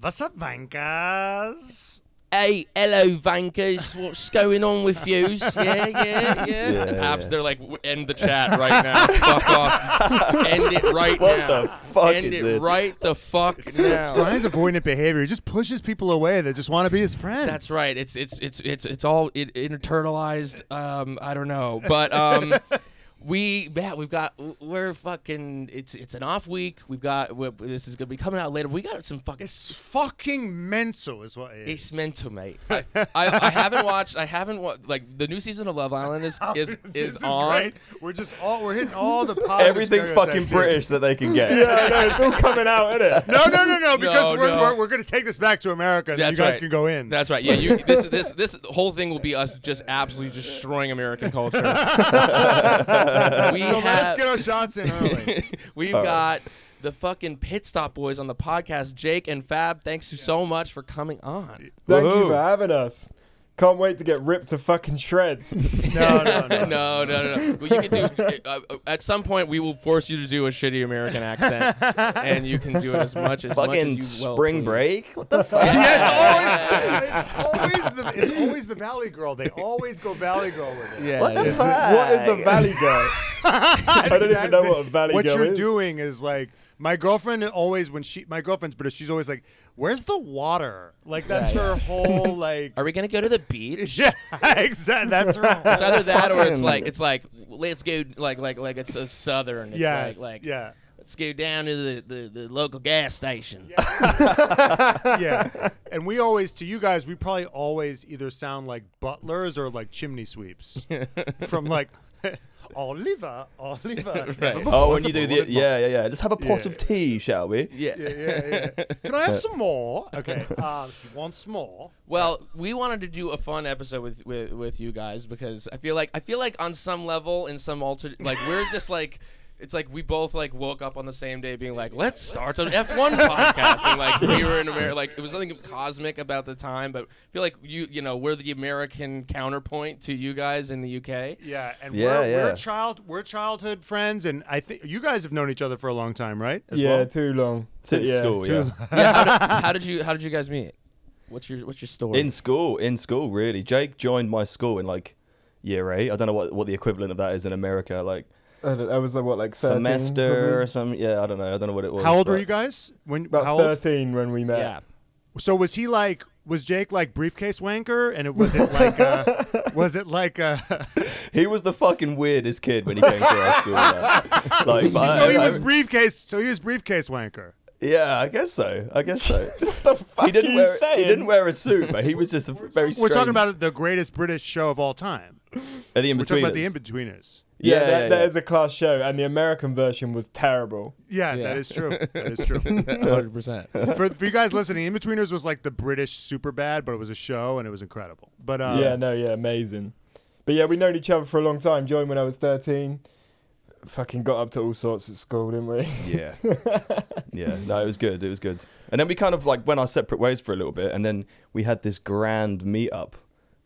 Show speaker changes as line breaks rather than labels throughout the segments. What's up, bankers?
Hey, hello, Vankers. What's going on with yous? Yeah, yeah, yeah.
Yeah,
Perhaps
yeah.
they're like, "W- end the chat right now. fuck off. End it right
What
now.
the fuck
end
is
it
this?
right the fuck
It's
now.
Brian's avoidant behavior. He just pushes people away that just want to be his friend.
That's right. It's it's it's it's it's all it, it internalized. Um, I don't know, but um, we yeah we've got we're fucking it's it's an off week. We've got we this is gonna be coming out later. We got some fucking
It's fucking mental, is what it
It's
is.
mental, mate. I, I, I haven't watched. I haven't wa- like the new season of Love Island is is
Oh, This
is, on.
great. We're just all we're hitting all the positive
Everything fucking
stereotypes here.
British that they can get.
I know. It's all coming out, isn't it? No, no, no, no.
Because
No,
we're,
no.
we're, we're gonna take this back to America. And then you
That's
guys
right.
can go in.
That's right. Yeah, you. This this this whole thing will be us just absolutely destroying American culture. we
so let us
have
get our shots in early.
we've
All
got
right.
the fucking pit stop boys on the podcast. Jake and Fab, thanks you so much for coming on.
Thank
Woohoo.
you for having us. Can't wait to get ripped to fucking shreds.
no, no, no.
no, no, no, no. Well, you can do. Uh, uh, at some point, we will force you to do a shitty American accent, and you can do it as much as much
Fucking
as you will,
spring
please.
break? What the fuck?
yeah, it's always, it's always the it's always the Valley Girl. They always go Valley Girl with it.
Yeah,
What the
dude.
fuck?
what is a valley girl? I don't even know what a valley
What
girl
you're
is.
doing is like my girlfriend always when she my girlfriend's British, she's always like, "Where's the water?" Like that's her whole like.
Are we gonna go to the beach?
yeah, exactly. That's right.
It's either that or it's like it's like let's go like like like it's so southern. It's
Yes,
like like
yeah,
let's go down to the, the, the local gas station.
yeah. And we always to you guys, we probably always either sound like butlers or like chimney sweeps from like Oliver, Oliver.
Right.
Oh, when you do the yeah, yeah, yeah. Let's have a pot
Yeah.
of tea, shall we?
Yeah.
Yeah, yeah, yeah. Can I have some more? Okay. Um, she wants more.
Well, we wanted to do a fun episode with, with with you guys because I feel like I feel like on some level in some alter like we're just like it's like we both like woke up on the same day being like let's start an F1 podcast and like we were in America like it was something cosmic about the time but I feel like you you know we're the American counterpoint to you guys in the UK.
Yeah, and
Yeah,
we're, we're
yeah.
child we're childhood friends, and I think you guys have known each other for a long time, right? As
yeah,
well?
too long.
Since
yeah.
school, yeah.
Yeah, how, did, how did you how did you guys meet? What's your what's your story?
In school, in school, really. Jake joined my school in like year eight. I don't know what, what the equivalent of that is in America, like
I, don't- I uh, was like, what, like 13?
semester or
probably?
some. Yeah, I don't know. I don't know what it was.
How old were
but-
you guys when?
About
how
13 when we met.
yeah.
old? So was he like? Was Jake like briefcase wanker? And it was it like? Uh, was it like? Uh,
He was the fucking weirdest kid when he came to our school. Like, like but,
so he was
I-
briefcase. So he was briefcase wanker.
yeah, I guess so. I guess so.
What the fuck
he didn't
are you
wear
saying?
he didn't wear a suit, but he was just a very.
We're talking about the greatest British show of all time.
about the in
We're
between.
talking about the In Betweeners.
Yeah,
Yeah,
that,
yeah,
that
yeah.
is a class show, and the American version was terrible.
Yeah,
Yeah.
that is true. That is true.
Hundred percent.
for, for you guys listening, In Betweeners was like the British super bad, but it was a show and it was incredible. But uh,
yeah, no, yeah, amazing. But yeah, we've known each other for a long time. Joined when I was 13. Fucking got up to all sorts at school, didn't we?
Yeah. yeah. No, it was good. It was good. And then we kind of like went our separate ways for a little bit, and then we had this grand meetup,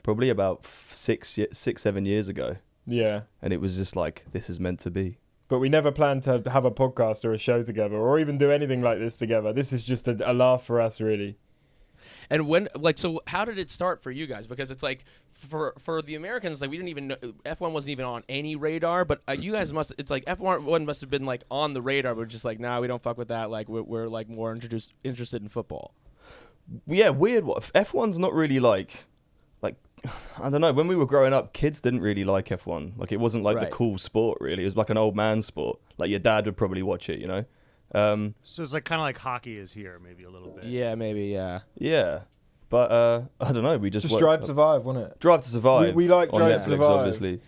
probably about f- six, ye- six, seven years ago,
yeah.
and it was just like this is meant to be.
But we never planned to have a podcast or a show together or even do anything like this together. This is just a, a laugh for us, really.
And when like so how did it start for you guys because it's like for for the Americans like we didn't even know F1 wasn't even on any radar but uh, you guys must it's like F1 must have been like on the radar but just like nah we don't fuck with that like we're, we're like more introduced interested in football.
yeah, weird. What F one's not really like, like I don't know. When we were growing up, kids didn't really like F one. Like it wasn't like
Right.
the cool sport really. It was like an old man sport. Like your dad would probably watch it, you know. Um,
so it's like kind of like hockey is here, maybe a little bit.
Yeah, maybe yeah.
yeah, but uh, I don't know. We just
Just
wa-
Drive to Survive, wasn't it?
Drive to survive.
We- we like
on
Drive
Netflix,
to Survive.
obviously.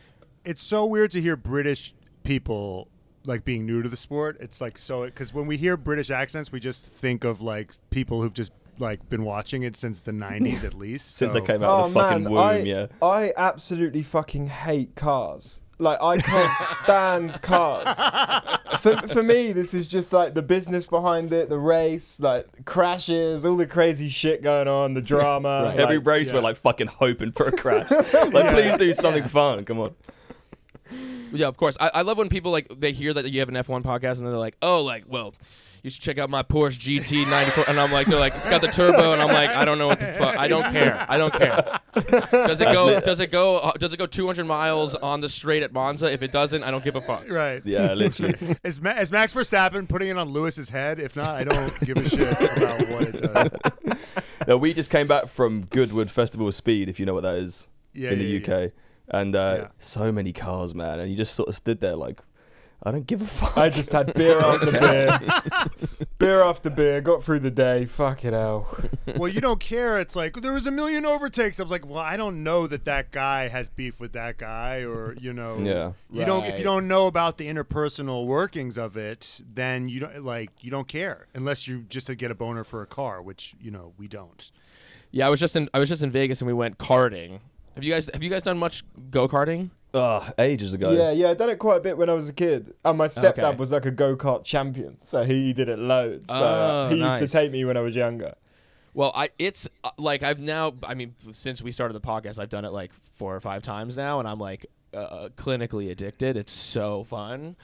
It's so weird to hear British people like being new to the sport. It's like so because when we hear British accents, we just think of like people who've just like been watching it since the '90s at least.
Since
so-
I came out of the fucking womb,
Oh, I,
yeah.
I absolutely fucking hate cars. Like, I can't stand cars. For, for me, this is just like the business behind it, the race, like crashes, all the crazy shit going on, the drama.
Right.
Every
like-
race, we're like fucking hoping for a crash. like, please do something fun. Come on.
Yeah, of course. I, I love when people like they hear that you have an F1 podcast and they're like, "Oh, like well, you should check out my Porsche GT 94. And I'm like, they're like, it's got the turbo. And I'm like, I don't know what the fuck. I don't care. I don't care. Does it go? Does it go? Uh, does it go 200 miles on the straight at Monza? If it doesn't, I don't give a fuck.
Right.
Yeah, literally.
Is, Ma- is Max Verstappen putting it on Lewis's head? If not, I don't give a shit about what it does.
no, we just came back from Goodwood Festival of Speed, if you know what that is,
Yeah,
in
yeah,
the UK. And uh,
Yeah.
so many cars, man. And you just sort of stood there like, I don't give a fuck.
I just had beer after beer, beer after beer. Got through the day. Fucking hell.
Well, you don't care. It's like there was a million overtakes. I was like, well, I don't know that that guy has beef with that guy, or you know,
Yeah.
You don't if
Right.
you don't know about the interpersonal workings of it, then you don't like you don't care unless you just get a boner for a car, which you know we don't.
Yeah, I was just in. I was just in Vegas and we went karting. Have you guys? Have you guys done much go karting?
Ah, ages ago.
Yeah, yeah. I done it quite a bit when I was a kid, and my stepdad
Okay.
was like a go kart champion, so he did it loads. So
Oh,
he used
nice.
to take me when I was younger.
Well, I it's uh, like I've now. I mean, since we started the podcast, I've done it like four or five times now, and I'm like uh, clinically addicted. It's so fun,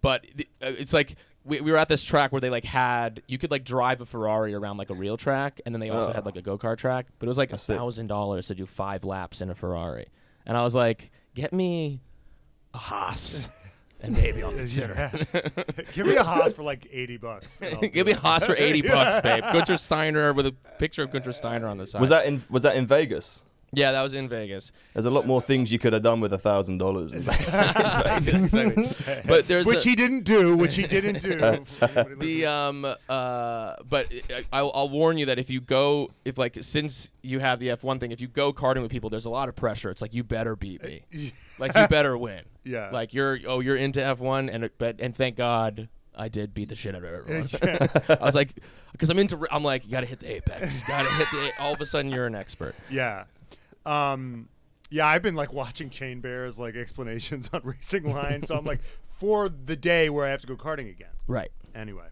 but the- uh, it's like. We, we were at this track where they like had you could like drive a Ferrari around like a real track, and then they also
Oh.
had like a go kart track. But it was like a
it.
thousand dollars to do five laps in a Ferrari, and I was like, "Get me a Haas, and maybe I'll consider." it."
Give me a Haas for like eighty bucks. and I'll do
Give me
it.
Haas for eighty bucks, babe. Gunter Steiner with a picture of Gunter Steiner on the side.
Was that in Was that in Vegas?
Yeah, that was in Vegas.
There's a lot more things you could have done with a thousand dollars.
exactly. But there's
which
a,
he didn't do, which he didn't do. for anybody
the um uh but I- I'll, I'll warn you that if you go if like since you have the F1 thing if you go karting with people there's a lot of pressure it's like you better beat me like you better win
Yeah.
like you're oh you're into F1 and it- but and thank God I did beat the shit out of everyone I was like because I'm into I'm like you gotta hit the apex gotta hit the a-" all of a sudden you're an expert
Yeah. Um, yeah, I've been like watching Chain Bears like explanations on Racing Line, so I'm like for the day where I have to go karting again.
right
Anyway,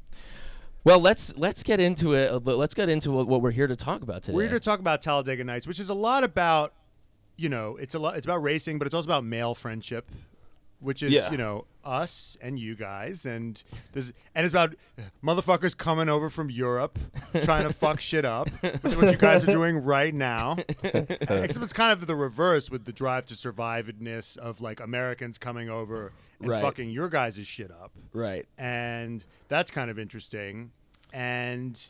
well let's let's get into it a li- let's get into what, what we're here to talk about today
we're here to talk about Talladega Nights, which is a lot about, you know, it's a lot. It's about racing, but it's also about male friendship, which is
Yeah.
you know us and you guys, and this, and it's about motherfuckers coming over from Europe trying to fuck shit up, which is what you guys are doing right now. Except it's kind of the reverse with the drive to survivedness of like Americans coming over and
Right.
fucking your guys' shit up.
right
And that's kind of interesting. And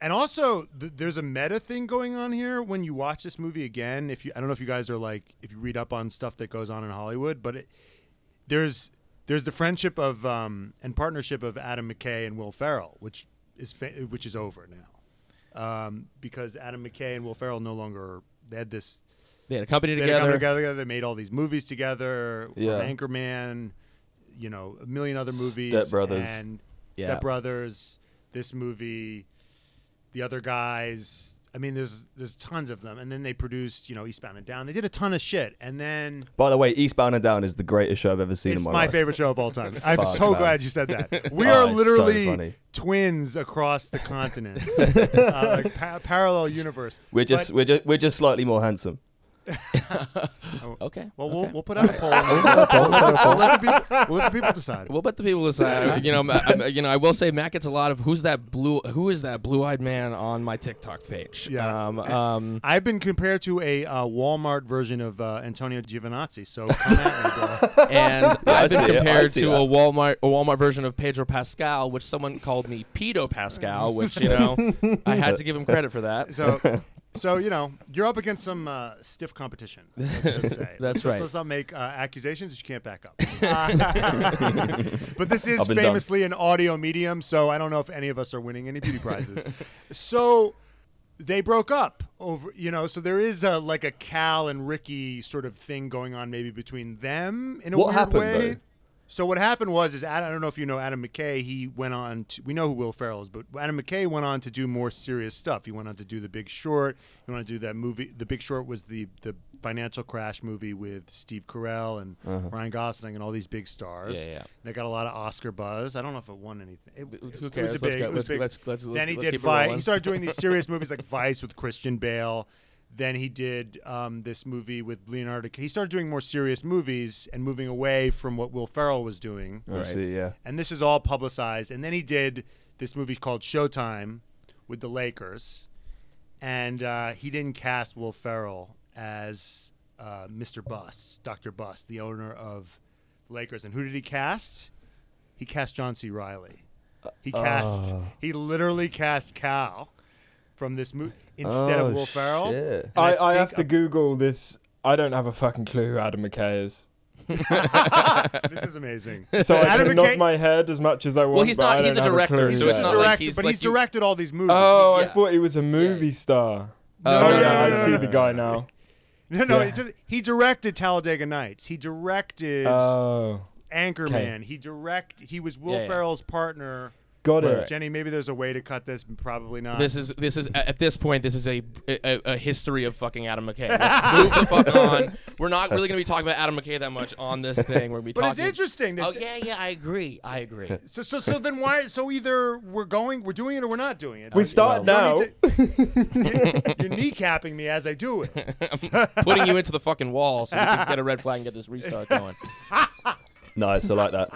and also th- there's a meta thing going on here when you watch this movie again. If you I don't know if you guys are like if you read up on stuff that goes on in Hollywood, but it, there's there's the friendship of um, and partnership of Adam McKay and Will Ferrell, which is fa- which is over now, um, because Adam McKay and Will Ferrell no longer they had this
they had a company
they had a
together
company together. They made all these movies together. from
Yeah.
Anchorman, you know, a million other movies.
Step Brothers.
And
Yeah.
Step Brothers, this movie, the other guys. I mean, there's there's tons of them. And then they produced, you know, Eastbound and Down. They did a ton of shit. And then
By the way, Eastbound and Down is the greatest show I've ever seen
it's
in
my,
my, life.
favorite show of all time. I'm
Fuck,
so
man.
glad you said that. We
Oh,
are
it's so
literally
funny.
twins across the continents, uh, like pa- parallel universe.
We're just
But-
we're just we're just slightly more handsome.
okay
well,
okay.
we'll, we'll put out a poll. We'll let the- we'll let the people- we'll let the people decide.
We'll let the people decide. you know, Ma- I'm- you know, I will say Matt gets a lot of who's that blue, who is that blue-eyed man on my TikTok page?
Yeah.
Um, um,
I've been compared to a uh, Walmart version of uh, Antonio Giovinazzi. So come at me, bro.
and I've
see
been
it. I
compared
see
to
that.
a Walmart, a Walmart version of Pedro Pascal, which someone called me Pedo Pascal, which you know, I had to give him credit for that.
So, so you know, you're up against some uh, stiff competition. Let's just say.
That's
Let's-
right.
Let's not make uh, accusations that you can't back up. Uh, but this is
I've been done.
famously an audio medium, so I don't know if any of us are winning any beauty prizes. so. They broke up over, you know. So there is a like a Cal and Ricky sort of thing going on, maybe between them in a
What
weird
happened,
way.
though?
So what happened was is Adam, I don't know if you know Adam McKay. He went on. To, we know who Will Ferrell is, but Adam McKay went on to do more serious stuff. He went on to do The Big Short. He went on to do that movie. The Big Short was the the financial crash movie with Steve Carell and Ryan Gosling and all these big stars.
Yeah, yeah.
They got a lot of Oscar buzz. I don't know if it won anything. It-
Who
it was
cares?
a
Let's
big-
go-
it was
let's-
big.
let's- let's-
then he
let's
did
keep it rolling.
Vice. He started doing these serious movies like Vice with Christian Bale. Then he did um, this movie with Leonardo. He started doing more serious movies and moving away from what Will Ferrell was doing.
I see, yeah.
And this is all publicized. And then he did this movie called Showtime with the Lakers, and uh, he didn't cast Will Ferrell as uh, Mr. Bust, Dr. Bust, the owner of the Lakers. And who did he cast? He cast John C. Riley. He cast.
Oh.
he literally cast Cal from this movie instead
Oh,
of Will Ferrell.
shit.
And
I, I, have to
think-
Google this. I don't have a fucking clue who Adam McKay is.
This is amazing.
So I
Adam
can nod
McKay-
my head as much as I want.
Well, he's
but
not-
I
he's
don't
a
have
director,
clue
so
who
it's
that
not
is.
director,
like he's
but
like
he's
you-
directed all these movies.
Oh, I
Yeah.
thought he was a movie star.
No,
Oh,
no,
yeah,
no,
I
no,
see
no,
the
no,
guy now.
No, no,
Yeah.
it just, he directed Talladega Nights. He directed
Oh,
Anchorman. He direct. He was Will
Yeah, yeah.
Ferrell's partner.
got it. Right.
Jenny, maybe there's a way to cut this. Probably not.
This is this is at this point this is a a, a history of fucking Adam McKay. Let's move the fuck on. We're not really gonna be talking about Adam McKay that much on this thing. We're gonna be
but it's
talking.
interesting. That
Oh yeah, yeah, I agree. I agree.
So, so, so then why? So either we're going, we're doing it, or we're not doing it.
We start now.
You don't need to- you're, you're kneecapping me as I do it.
Putting you into the fucking wall so we can get a red flag and get this restart going.
Nice, I like that.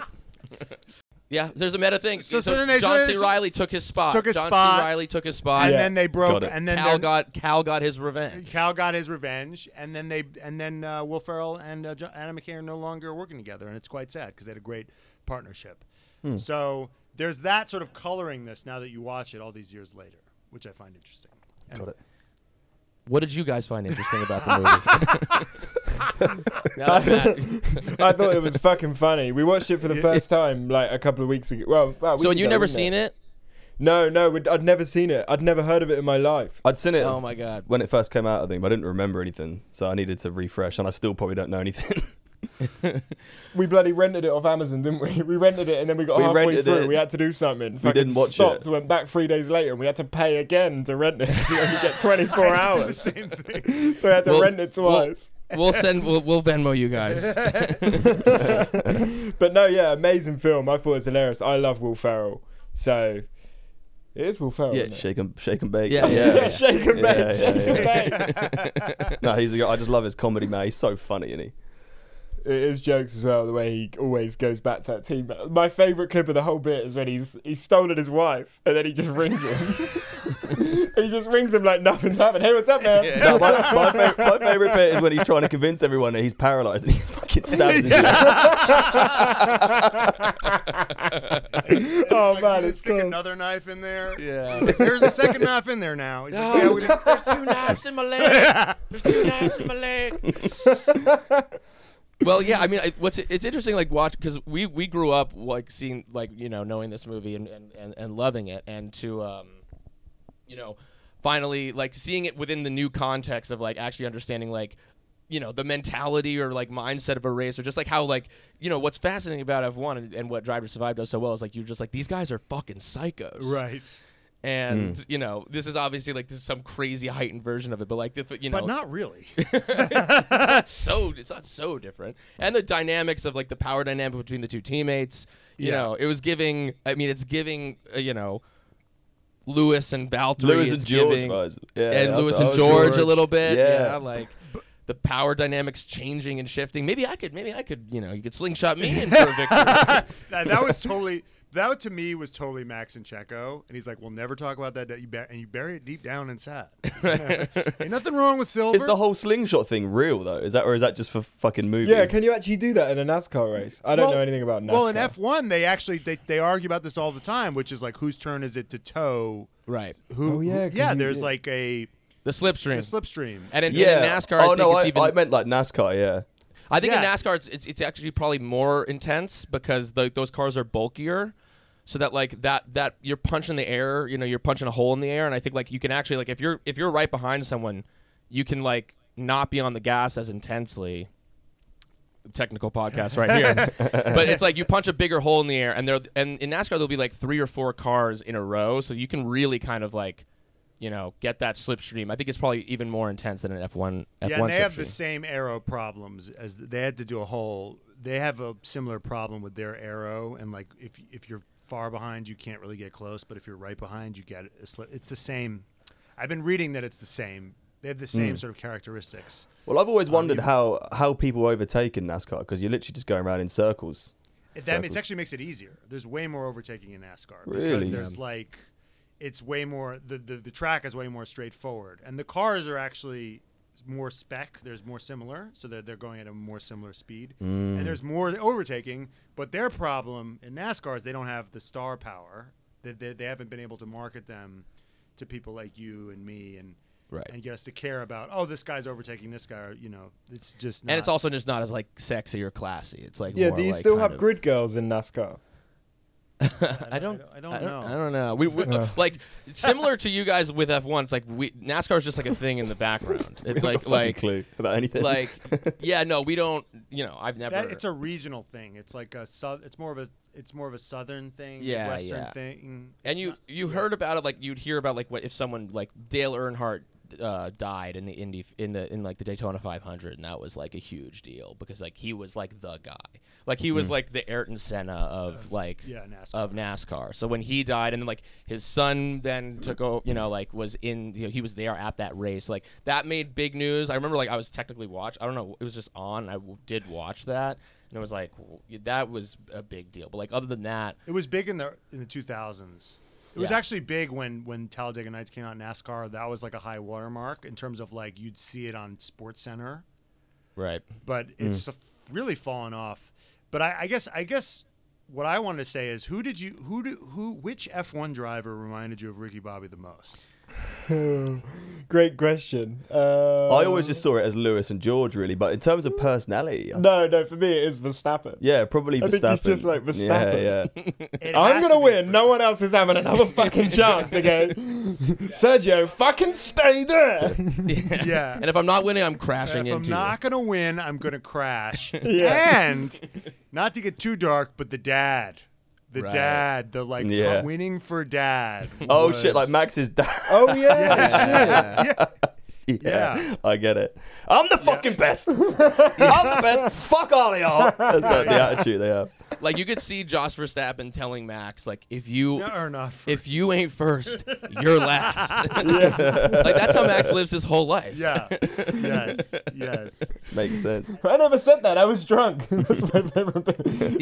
Yeah, there's a meta thing. So,
So- so then they-
John
so
C.
they-
Riley took his spot.
Took his
John
spot.
C. Riley took his spot.
And
Yeah.
then they broke.
Got it.
And then
Cal
they're-
got Cal got his revenge.
Cal got his revenge, and then they and then uh, Will Ferrell and uh, Jo- Adam McKay are no longer working together, and it's quite sad because they had a great partnership. So there's that sort of coloring this now that you watch it all these years later, which I find interesting.
Got it.
What did you guys find interesting about the movie? Now that Matt-
I thought it was fucking funny. We watched it for the first time like a couple of weeks ago. Well, about a
so
week
you
ago,
never
wasn't
seen it?
No, no, we'd, I'd never seen it. I'd never heard of it in my life.
I'd seen it.
Oh my god.
When it first came out, I think, but I didn't remember anything, so I needed to refresh, and I still probably don't know anything.
We bloody rented it off Amazon, didn't we? We rented it and then we got
We
halfway
rented
through.
it.
We had to do something. Fucking
didn't watch it.
stopped, Went back three days later and we had to pay again to rent it. So we could get 24 hours. So
Same thing.
we had to
Well,
rent it
well-
twice.
We'll send. We'll, we'll Venmo you guys.
But no, yeah, amazing film. I thought it was hilarious. I love Will Ferrell. So it is Will Ferrell.
Yeah,
isn't it?
shake and shake and bake.
Yeah,
yeah. shake and bake,
Yeah, yeah,
shake and
yeah.
bake.
no, he's. the guy- I just love his comedy, man. He's so funny, isn't he?
It is jokes as well. The way he always goes back to that team. My favorite clip of the whole bit is when he's he's stolen his wife and then he just rings him. he just rings him like nothing's happened. Hey, what's up, man?
No, my, my, favorite, my favorite bit is when he's trying to convince everyone that he's paralyzed and he fucking stabs his
Oh man,
You
it's
stick
cool.
another knife in there.
yeah.
There's a second knife in there now. He's like, yeah, we didn't-
There's two knives in my leg. There's two knives in my leg. well, yeah, I mean, I, what's it's interesting, like watch because we we grew up like seeing like you know knowing this movie and and and, and loving it, and to um, you know, finally like seeing it within the new context of like actually understanding like. You know the mentality or like mindset of a race, or just like how like you know what's fascinating about F one and, and what Drive to Survive does so well is like you're just like these guys are fucking psychos,
right.
and
Hmm.
you know this is obviously like this is some crazy heightened version of it but like if, you know
But not really.
it's not so it's not so different and the dynamics of like the power dynamic between the two teammates you
Yeah.
know it was giving i mean it's giving uh, you know Lewis and Valtteri
Lewis and
it's
George
giving,
vibes. Yeah,
and
that's
Lewis
what-
and
oh,
George, a
George.
little bit yeah,
Yeah.
like the power dynamics changing and shifting maybe I could maybe I could you know you could slingshot me in for a victory
that, that was totally. That to me was totally Max and Checo, and he's like, "We'll never talk about that." that you bur- and you bury it deep down inside. Ain't nothing wrong with silver.
Is the whole slingshot thing real though? Is that or is that just for fucking movies?
Yeah, can you actually do that in a NASCAR race? I don't
Well-
know anything about NASCAR.
Well, in F one, they actually they, they argue about this all the time, which is like, whose turn is it to tow?
right
Who?
Oh, yeah,
who-
'cause
yeah.
you-
There's
yeah.
like a,
the
a
slipstream
slipstream.
and in, and
yeah.
in NASCAR I
Oh
think
no,
it's
I,
even
I meant like NASCAR. Yeah.
I think in
Yeah.
NASCAR it's, it's it's actually probably more intense because the, those cars are bulkier, so that like that that you're punching the air, you know, you're punching a hole in the air, and I think like you can actually like if you're if you're right behind someone, you can like not be on the gas as intensely. Technical podcast right here, but it's like you punch a bigger hole in the air, and there and in NASCAR there'll be like three or four cars in a row, so you can really kind of like, you know, get that slipstream. I think it's probably even more intense than an F one. F1
yeah, and they have
slipstream.
the same arrow problems as they had to do a whole. They have a similar problem with their arrow, and like if if you're far behind, you can't really get close, but if you're right behind, you get a slip. It's the same. I've been reading that it's the same. They have the
Mm.
same sort of characteristics.
Oh,
Well, I've always wondered how how people overtake in NASCAR because you're literally just going around in circles.
That it
Circles.
actually makes it easier. There's way more overtaking in NASCAR
Really?
because there's like it's way more the, the the track is way more straightforward and the cars are actually more spec. There's more similar, so they're they're going at a more similar speed and there's more overtaking. But their problem in NASCAR is they don't have the star power. They they, they haven't been able to market them to people like you and me and.
Right.
And get us to care about oh this guy's overtaking this guy or, you know it's just not.
and it's also just not as like sexy or classy. It's like
Yeah,
more,
do you
like,
still
kind
have
of-
grid girls in NASCAR?
I don't.
I don't know.
I don't know. We, we like similar to you guys with F one. It's like we NASCAR is just like a thing in the background. It's like like
clue about anything.
like yeah. No, we don't. You know, I've never.
That, it's a regional thing. It's like a sou- it's more of a it's more of a southern thing,
Yeah,
western
yeah.
thing.
and
It's
you
not-
you heard about it like you'd hear about like what if someone like Dale Earnhardt uh, died in the Indy in the in like the Daytona 500 and that was like a huge deal because like he was like the guy like he was like the Ayrton Senna of like
yeah, NASCAR.
of NASCAR so when he died and then like his son then took over you know like was in you know, he was there at that race like that made big news I remember like I was technically watch I don't know it was just on and I w- did watch that and it was like w- that was a big deal but like other than that
it was big in the in the two thousands. It was
Yeah.
actually big when when Talladega Nights came out in NASCAR. That was like a high watermark in terms of like you'd see it on Sports Center,
right
but
Mm.
it's really fallen off. But I, I guess I guess what I wanted to say is who did you who do, who which F one driver reminded you of Ricky Bobby the most?
Great question. Uh,
I always just saw it as Lewis and George, really. But in terms of personality, I-
no, no. For me, it is Verstappen.
yeah, probably
I
Verstappen.
think he's just like
Yeah,
Verstappen.
yeah.
It
I'm
has
gonna
to be
win.
Verstappen.
No one else is having another fucking chance. Okay, Sergio, fucking stay there.
Yeah,
And if I'm not winning, I'm crashing
if I'm
into
not going to win, I'm going to crash.
Yeah.
And not to get too dark, but the dad. The
Right.
dad, the like
Yeah.
hu- winning for dad.
Oh
was-
shit! Like Max's dad.
oh yeah.
yeah.
yeah,
Yeah.
I get it. I'm the fucking best. I'm the best. Fuck all of y'all. That's the, the attitude they have.
you. Like you could see Josh Verstappen telling Max, like, if you
Yeah, or not. For,
if you ain't first, you're last. like that's how Max lives his whole life.
yeah. Yes. Yes.
Makes sense.
I never said that. I was drunk. That's my favorite bit.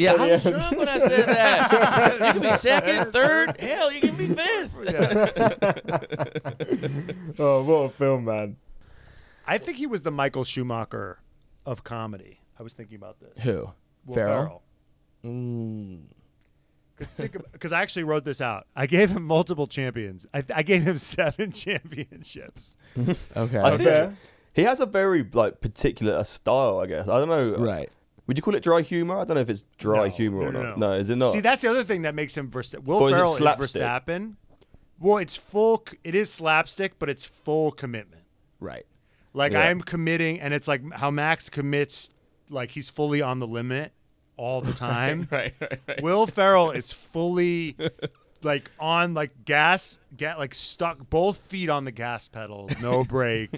Yeah, I
Yeah.
was drunk when I said that. you can be second, third, hell, you can be fifth.
Yeah.
Oh, what a film, man.
I think he was the Michael Schumacher of comedy. I was thinking about this.
Who?
Will
Ferrell?
Ferrell.
Mm.
Because I actually wrote this out. I gave him multiple champions. I, I gave him seven championships.
Okay.
I think
Fair.
he has a very like particular uh, style. I guess I don't know.
right.
Would you call it dry humor? I don't know if it's dry
No,
humor
no,
or
no,
not.
no.
No, is it not?
See, that's the other thing that makes him Verstappen. Will
Or is it
Ferrell is,
slapstick?
Verstappen. Well, it's full. c- It is slapstick, but it's full commitment.
Right.
Like
Yeah.
I'm committing, and it's like how Max commits. Like he's fully on the limit all the time.
Right. Right. Right.
Will Ferrell is fully like on like gas, get like stuck both feet on the gas pedal, no brake.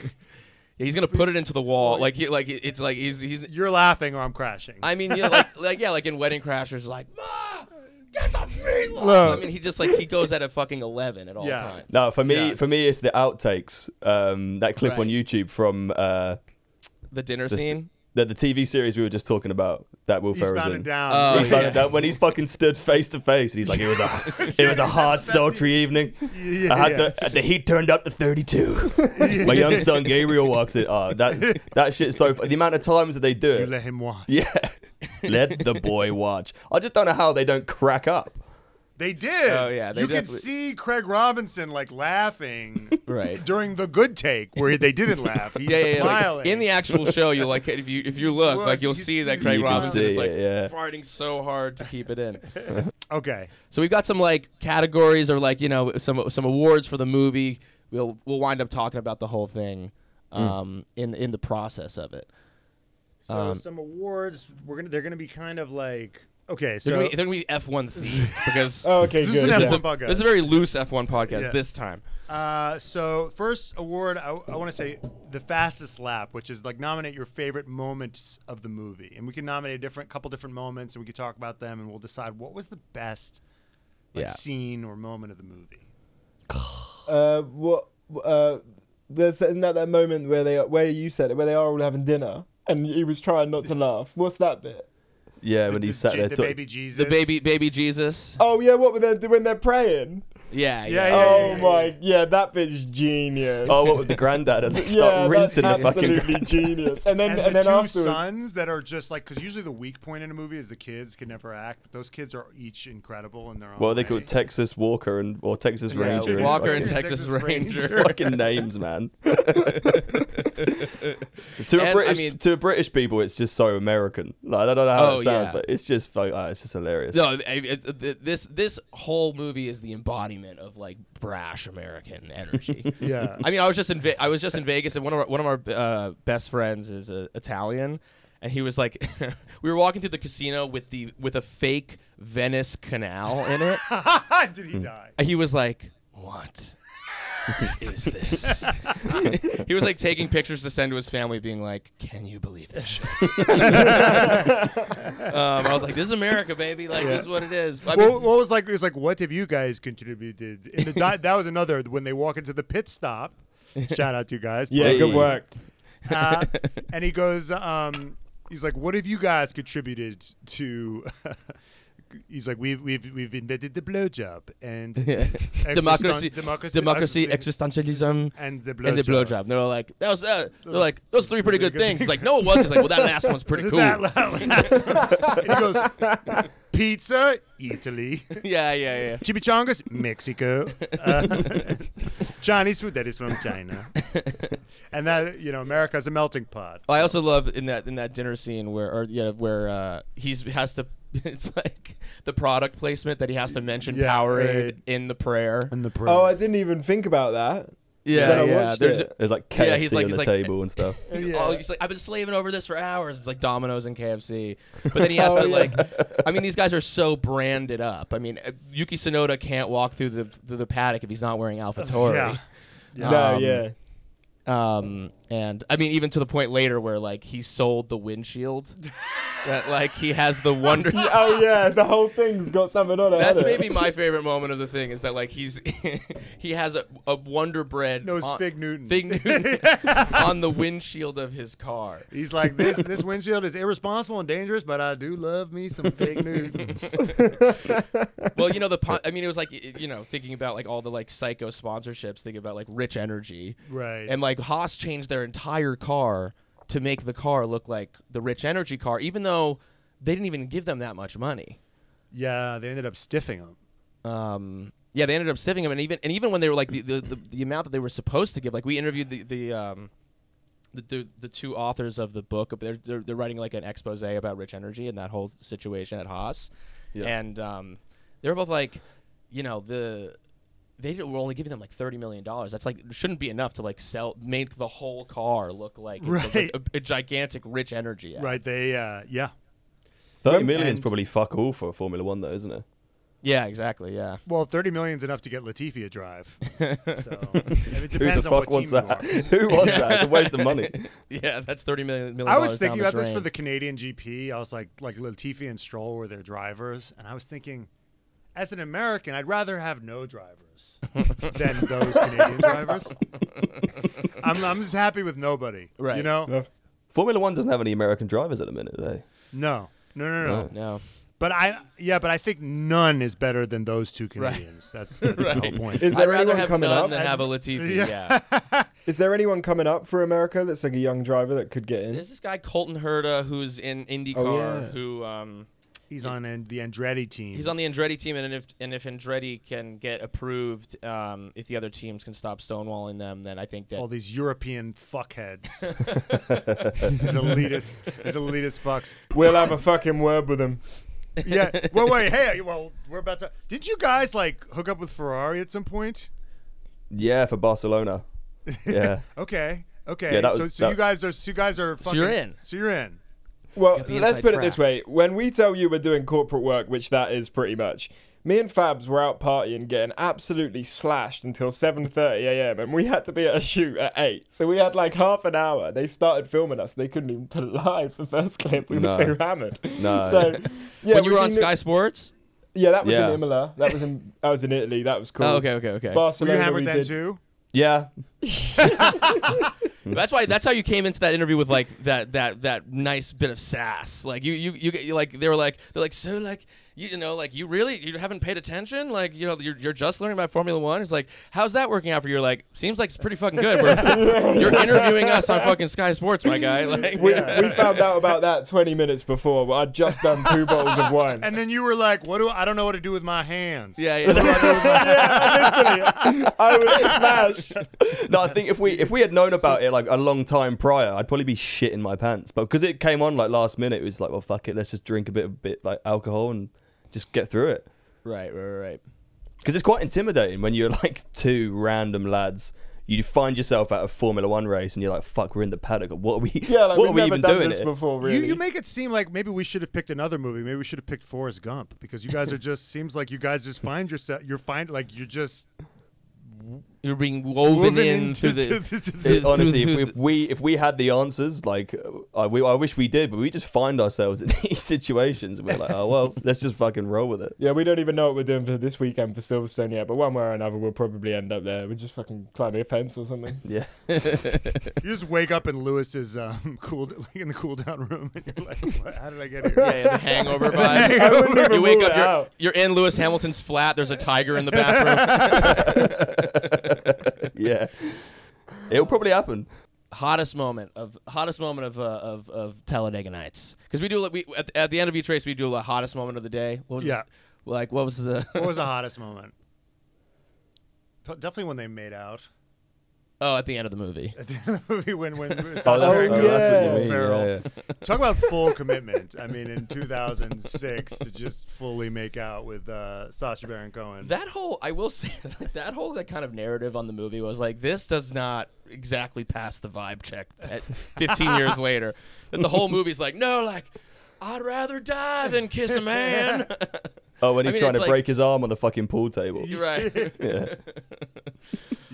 Yeah, he's gonna put it into the wall. Like he like it's like he's he's
You're laughing, or I'm crashing.
I mean, yeah, like, like yeah, like in Wedding Crashers, like, Ma, get the meatloaf.
Look.
I mean, he just like he goes at a fucking eleven at all
Yeah.
times.
No, for me,
Yeah.
for me, it's the outtakes. Um, that clip on
Right.
YouTube from uh,
The dinner
the-
scene.
the, the TV series we were just talking about that Will
he's
Ferrell's
bound and
in.
down.
Oh,
He's bound
yeah.
and down. When he's fucking stood face to face, and he's like, "It was a, it was a hard, sultry evening. I had the the heat turned up to 32. My young son Gabriel walks in. Oh, that that shit's so. fu- The amount of times that they do
You
it.
let him watch.
Yeah, let the boy watch. I just don't know how they don't crack up.
They did.
Oh, yeah, they
you
definitely-
could see Craig Robinson like laughing
Right.
during the good take where they didn't laugh. He's
Yeah, yeah, yeah, like,
smiling.
in the actual show, you like if you if you look,
Look,
like you'll
you
see
see
that
the
Craig
smile.
Robinson
You
is
can
like
see it, yeah.
fighting so hard to keep it in.
okay,
So we've got some like categories or like you know some some awards for the movie. We'll we'll wind up talking about the whole thing
Hmm.
um, in in the process of it.
so
Um,
some awards. We're gonna. They're gonna be kind of like. Okay,
They're
so
gonna be, they're gonna be F one themed because
Oh, okay,
This is
good.
an
this,
F1
is a,
podcast.
this is a very loose F one podcast
Yeah.
this time.
uh, so first award, I, I want to say the fastest lap, which is like nominate your favorite moments of the movie, and we can nominate a different couple different moments, and we can talk about them, and we'll decide what was the best like,
Yeah.
scene or moment of the movie.
Uh, what? Uh, there's isn't that that moment where they where you said it where they are all having dinner and he was trying not to laugh. What's that bit?
Yeah, when he sat
Je-
there
the
talk-
baby Jesus,
The baby, baby Jesus.
Oh yeah, what were they do when they're praying?
Yeah,
Yeah,
yeah.
yeah,
oh
yeah, yeah,
my, yeah. that bit's genius.
Oh, what with the granddad and they
yeah,
start
that's
rinsing the fucking
absolutely
granddad.
genius. And then
and,
and,
the
then
two
afterwards,
sons that are just like because usually the weak point in a movie is the kids can never act. But those kids are each incredible in their own.
What are they
way.
called? Texas Walker and or Texas
Yeah,
Ranger. and
Walker and
fucking-
Texas,
Texas
Ranger.
Ranger.
Fucking names, man. to a
I
British,
mean-
to a British people, it's just so American. Like I don't know how
Oh,
it sounds,
yeah.
but it's just like, ah, it's just hilarious.
No, I- it- it- th- this this whole movie is the embodiment of like brash American energy.
Yeah.
I mean, I was just in Ve- I was just in Vegas, and one of our, one of our uh, best friends is uh, Italian, and he was like, we were walking through the casino with the with a fake Venice canal in it,
Did
Hmm.
he die?
and he was like, what? is this? he was like taking pictures to send to his family, being like, "Can you believe this shit?" um, I was like, "This is America, baby! Like, this is what it is." I mean,
Well, what was like? It was like, what have you guys contributed? In the di- that was another when they walk into the pit stop. Shout out to you guys.
yeah,
Hey.
good work.
Uh, and he goes, um, he's like, what have you guys contributed to? he's like, we've we've we've invented the blowjob and existen-
democracy,
democracy,
democracy, existentialism,
and the blowjob.
and the blowjob. They were like, that was, uh, they're like, those three pretty good
Pretty good
things. It's like, no, it wasn't. It's like, well, that last one's pretty cool.
That
yeah,
last one. he goes, pizza, Italy.
yeah, yeah.
Chimichangas, Mexico. Uh, Chinese food that is from China. and that, you know, America's a melting pot.
Oh,
I also love in that in that dinner scene where, or yeah, where uh, he's has to. It's like the product placement that he has to mention
Yeah,
Powerade
right.
in the prayer.
And the prayer.
Oh, I didn't even think about that.
Yeah,
when I
yeah.
watched
they're
it.
ju-
There's like KFC
Yeah, he's like-
on
he's
the
like-
table and stuff.
Yeah. Oh,
all- Oh, he's like, I've been slaving over this for hours. It's like Domino's and KFC. But then he has
Oh,
to
yeah.
like, I mean, these guys are so branded up. I mean, uh, Yuki Sonoda can't walk through the through the paddock if he's not wearing
Yeah.
AlphaTauri.
no,
Um,
yeah.
Um, and I mean, even to the point later where like he sold the windshield, that like he has the wonder.
Oh yeah, the whole thing's got something on it.
That's
hasn't it?
maybe my favorite moment of the thing is that like he's he has a, a Wonder Bread
No, it's
Oh,
on,
Fig Newton.
Fig Newton on the windshield of his car.
He's like this. This windshield is irresponsible and dangerous, but I do love me some fig Newtons.
well, you know the. Po- I mean, it was like y- you know thinking about like all the like psycho sponsorships. Think about like Rich Energy,
Right.
And like Haas changed their entire car to make the car look like the Rich Energy car, even though they didn't even give them that much money.
yeah, they ended up stiffing him.
Um, yeah, they ended up stiffing him, and even and even when they were like the the, the, the amount that they were supposed to give, like we interviewed the the. Um, the, the, the two authors of the book they're, they're, they're writing like an expose about rich energy and that whole situation at Haas,
Yeah.
and um, they were both like, you know the they were only giving them like thirty million dollars. That's like shouldn't be enough to like sell make the whole car look like it's a-
Right.
a, a gigantic rich energy. ad.
Right. They. Uh, yeah.
Thirty million's
And-
probably fuck all for a Formula One, though, isn't it?
Yeah, exactly. Yeah.
Well, thirty million's enough to get Latifi a drive. So it depends
Who the
on
fuck
what
wants
team you
that?
are.
Who wants that? It's a waste of money.
Yeah, that's thirty million. million
I was
dollars down
thinking
the
about this for
drain.
the Canadian GP. I was like, like Latifi and Stroll were their drivers, and I was thinking, as an American, I'd rather have no drivers than those Canadian drivers. I'm, I'm just happy with nobody. You
Right.
know?
Formula One doesn't have any American drivers at the minute, do they?
No. No. No. No.
No.
No.
But I, yeah, but I think none is better than those two Canadians. That's, that's the whole point.
Is
I'd
there
rather
anyone
have
coming
none
up?
than have a Latifi. Yeah.
Is there anyone coming up for America that's like a young driver that could get in?
There's this guy Colton Herta who's in IndyCar
yeah.
who um,
He's on an, the Andretti team.
he's on the Andretti team and if and if Andretti can get approved um, if the other teams can stop stonewalling them then I think that
all these European fuckheads. these elitist, these elitist fucks.
We'll have a fucking word with him.
Yeah. Well, wait. Hey. Well, we're about to. Did you guys like hook up with Ferrari at some point?
Yeah, for Barcelona. Yeah.
Okay. Okay.
Yeah, that
so,
was-
so
that-
you guys are, so you guys are. Fucking,
you're in.
So you're in.
Well,
Get the
let's
inside
put it this
track.
way: when we tell you we're doing corporate work, which that is pretty much, me and Fabs were out partying, getting absolutely slashed until 7:30 a.m., and we had to be at a shoot at eight. So we had like half an hour. They started filming us; they couldn't even put it live. The first clip, we
No.
were too hammered.
No.
So, yeah,
when you
we
were on
knew-
Sky Sports
yeah, that was
Yeah.
in Imola. That was in that was in Italy. That was cool.
oh, okay okay okay
Were you
Barcelona.
hammered
we
then
did.
too?
Yeah.
That's why. That's how you came into that interview with like that that that nice bit of sass. Like you you you, get- you like they were like they're like so like you, you know like you really you haven't paid attention. Like you know you're, you're just learning about Formula One. It's like how's that working out for you? You're Like seems like it's pretty fucking good. We're, you're interviewing us on fucking Sky Sports, my guy. Like
We, we found out about that 20 minutes before, but I'd just done two bottles of wine.
And then you were like, "What do I don't know what to do with my hands?"
yeah yeah.
I was smashed.
no, I think if we if we had known about it like a long time prior, I'd probably be shit in my pants. But because it came on like last minute, it was like, well, fuck it, let's just drink a bit of bit like alcohol and just get through it.
Right right right.
Because it's quite intimidating when you're like two random lads. You find yourself at a Formula One race and you're like, fuck, we're in the paddock. What are we?
Yeah, like
what are
we've
we
never
even
done
doing
this
here?
before, really.
You, you make it seem like maybe we should have picked another movie. Maybe we should have picked Forrest Gump because you guys are just seems like you guys just find yourself. You're find like you're just
You're being woven
moving
in through
into
the.
to- to- to-
through-
It- honestly,
through-
if we, if we if we had the answers, like uh, I, we, I wish we did, but we just find ourselves in these situations. And we're like, oh well, let's just fucking roll with it.
Yeah, we don't even know what we're doing for this weekend for Silverstone yet, but one way or another, we'll probably end up there. We're just fucking climbing a fence or something.
Yeah,
you just wake up in Lewis's um, cool like in the cool down room, and you're like, what, "How did I get here?"
Yeah, yeah, the hangover vibes.
I wouldn't even
you wake
rule
up,
it
you're,
out.
you're in Lewis Hamilton's flat. There's a tiger in the bathroom.
yeah, it'll probably happen.
hottest moment of hottest moment of uh, of of Talladega Nights because we do like, we at, at the end of each race we do a hottest moment of the day. What was
Yeah.
this- like what was the
What was the hottest moment? P- Definitely when they made out
oh at the end of the movie?
at the end of the movie. When when
Oh, that's,
Oh,
oh, that's what
yeah.
you mean.
Feral.
yeah, yeah.
Talk about full commitment. I mean, in 2006, to just fully make out with uh, Sasha Baron Cohen.
That whole I will say like, that whole like kind of narrative on the movie was like this does not exactly pass the vibe check at 15 years later. That the whole movie's like no like I'd rather die than kiss a man.
Oh, when he's
mean,
trying
it's
to
like-
break his arm on the fucking pool table.
You're right.
Yeah.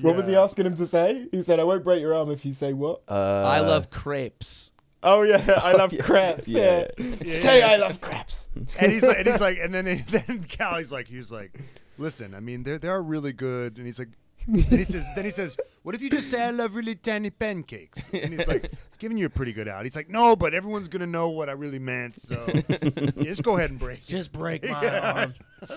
What was he
Yeah.
asking him to say? He said, I won't break your arm if you say what?
Uh,
I love crepes.
Oh, yeah, I love
yeah,
craps. Yeah.
yeah,
Say I love craps.
and he's like, and he's like, and then then Callie's like, he's like, listen, I mean, they're they are really good, and he's like. and he says, then he says, "What if you just say I love really tiny pancakes?" And he's like, "It's giving you a pretty good out." He's like, "No, but everyone's gonna know what I really meant, so yeah, just go ahead and break." it."
Just break my arm.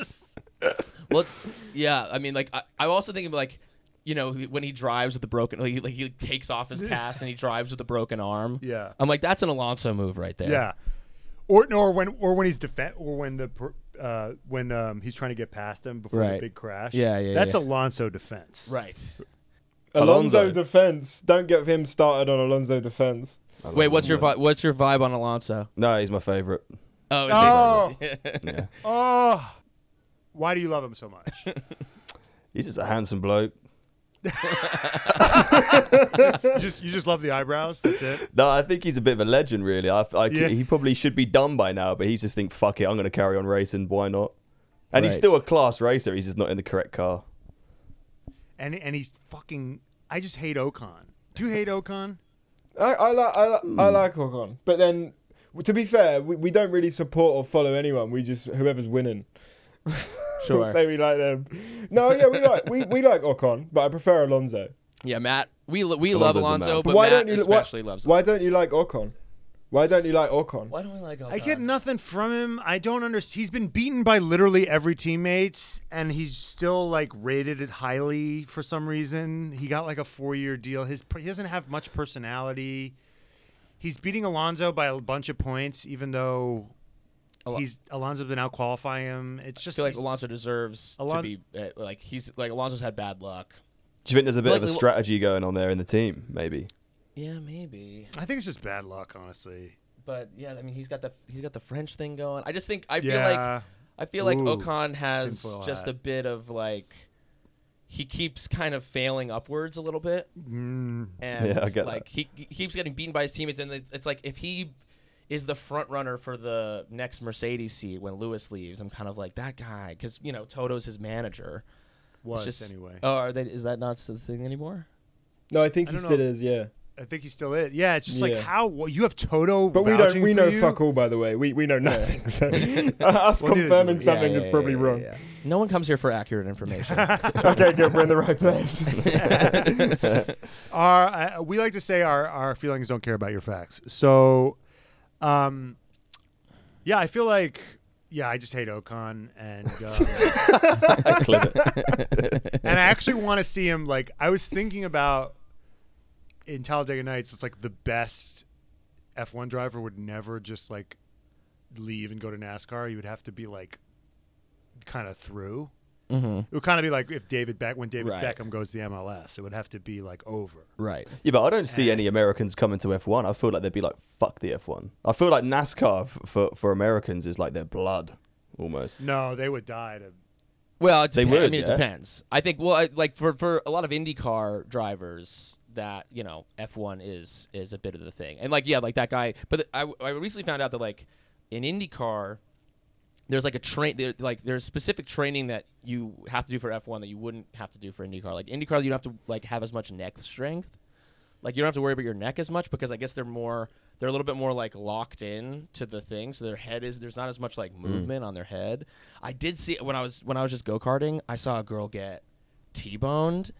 Well, it's, yeah. I mean, like I, I also think of like, you know, when he drives with the broken, like he, like, he takes off his cast and he drives with a broken arm.
Yeah.
I'm like, that's an Alonso move right there.
Yeah, or no, or when or when he's defend or when the per- uh, when um, he's trying to get past him before the
Right.
big crash.
Yeah, yeah,
That's
yeah.
Alonso defense.
Right.
Alonso.
Alonso.
defense. Don't get him started on Alonso defense.
I love
Wait, what's your
Alonso.
vi- what's your vibe on Alonso?
No, he's my favorite.
Oh, it's
Oh,
Yeah.
oh, why do you love him so much?
He's just a handsome bloke.
you just you just love the eyebrows. That's it.
No, I think he's a bit of a legend, really. I, I-
Yeah.
He probably should be done by now, but he's just think, fuck it, I'm going to carry on racing. Why not? And he's
Right.
still a class racer. He's just not in the correct car.
and and he's fucking. I just hate Ocon. Do you hate Ocon?
I, I, li- I,
Hmm.
li- I like Ocon. But then, to be fair, we, we don't really support or follow anyone. We just, whoever's winning.
Sure.
say we like them. No, yeah, we like we, we like Ocon, but I prefer Alonso.
yeah, Matt. We lo- we love
Alonso's a
Alonso,
man.
but
why
Matt
don't you why,
especially loves. Him.
why don't you like Ocon? Why don't you like Ocon?
Why don't we like? oh Alonso?
I get nothing from him. I don't understand. He's been beaten by literally every teammates, and he's still like rated it highly for some reason. He got like a four-year deal. His he doesn't have much personality. He's beating Alonso by a bunch of points, even though
Alo-
he's Alonso did not qualify him. It's
I
just
feel like Alonso deserves to
Alon-
be uh, like he's like Alonso's had bad luck.
Do you think there's a bit
Like,
of a
we-
strategy going on there in the team, maybe?
Yeah, maybe.
I think it's just bad luck, honestly.
But yeah, I mean, he's got the he's got the French thing going. I just think I feel
Yeah.
like I feel like
Ooh,
Ocon has
tinfoil
just a
hat.
bit of like he keeps kind of failing upwards a little bit,
Mm.
and
Yeah, I get
like
that.
he, he keeps getting beaten by his teammates, and it- it's like if he is the front runner for the next Mercedes seat when Lewis leaves, I'm kind of like that guy because you know Toto's his manager. It's
Was
just-
anyway.
Oh, are they, is that not the thing anymore?
No, I think
I
he
don't know
still
if-
is. Yeah,
I think he's still it. Yeah, it's just like
Yeah.
how what, you have Toto,
But we don't.
vouching
We
for
know
you?
fuck all, by the way. We we know nothing. So us
Well, neither do
confirming
we.
something is probably wrong.
No one comes here for accurate information.
okay, good. We're in the right place.
Our uh, we like to say our our feelings don't care about your facts. So, um, yeah, I feel like yeah, I just hate Ocon and. Um,
Clip it.
and I actually want to see him. Like I was thinking about in Talladega Nights, it's like the best F1 driver would never just like leave and go to NASCAR. You would have to be like kind of through. It would kind of be like if David Beck when David
Right.
Beckham goes to the MLS, it would have to be like over.
right.
Yeah, but I don't see any Americans coming to F1. I feel like they'd be like, fuck the F1. I feel like NASCAR f- for, for Americans is like their blood almost.
No, they would die to.
Well, it
They
depen- I
would,
mean, it
yeah.
depends. I think. Well, I, like for for a lot of IndyCar drivers, that you know, F one is is a bit of the thing. And like, yeah, like that guy. But I I recently found out that like in IndyCar, there's like a train. There, like there's specific training that you have to do for F one that you wouldn't have to do for IndyCar. Like IndyCar, you don't have to like have as much neck strength. Like you don't have to worry about your neck as much because I guess they're more they're a little bit more like locked in to the thing, so their head is there's not as much like movement on their head. I did see when I was when I was just go karting, I saw a girl get t-boned,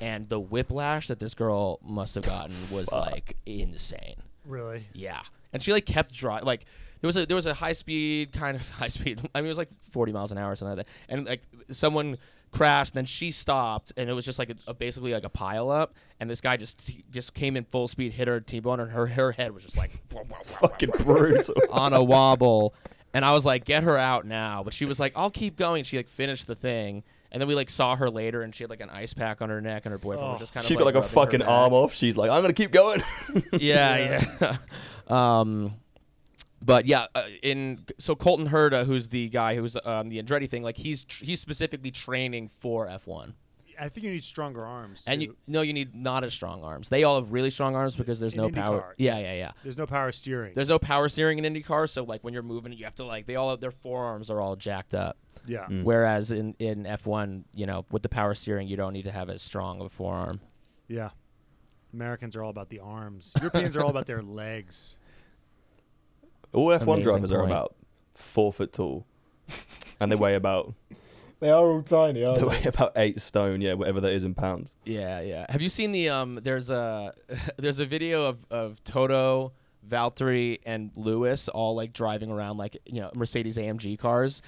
and the whiplash that this girl must have gotten was like insane.
Really?
Yeah, and she like kept driving. Like there was a there was a high speed kind of high speed. I mean, it was like forty miles an hour or something like that. And like someone crashed, then she stopped, and it was just like a, a- basically like a pile up. And this guy just he just came in full speed, hit her T bone, and her her head was just like
Fucking brutal.
on a wobble. And I was like, get her out now. But she was like, I'll keep going. She like finished the thing. And then we like saw her later, and she had like an ice pack on her neck, and her boyfriend was just kind of
She's Oh. got like a
rubbing her
fucking
back
arm off. She's like, I'm going to keep going.
yeah, yeah. um, but yeah, uh, in so Colton Herta, who's the guy who's um, the Andretti thing, like he's tr- he's specifically training for F1.
I think you need stronger arms.
And
too.
you no, you need not as strong arms. They all have really strong arms because there's
In
no
IndyCar,
power. Yeah,
yes.
yeah, yeah.
There's no power steering.
There's no power steering in IndyCar, so like when you're moving, you have to like they all have, their forearms are all jacked up.
yeah.
Mm. Whereas in in F1, you know, with the power steering, you don't need to have as strong of a forearm.
Yeah. Americans are all about the arms. Europeans are all about their legs.
All F1
Amazing
drivers are
point.
about four foot tall. And they weigh about
they are all tiny, aren't
Oh,
they
they?
weigh about eight stone, yeah, whatever that is in pounds.
Yeah, yeah. Have you seen the um? There's a there's a video of of Toto, Valtteri, and Lewis all like driving around like you know Mercedes AMG cars,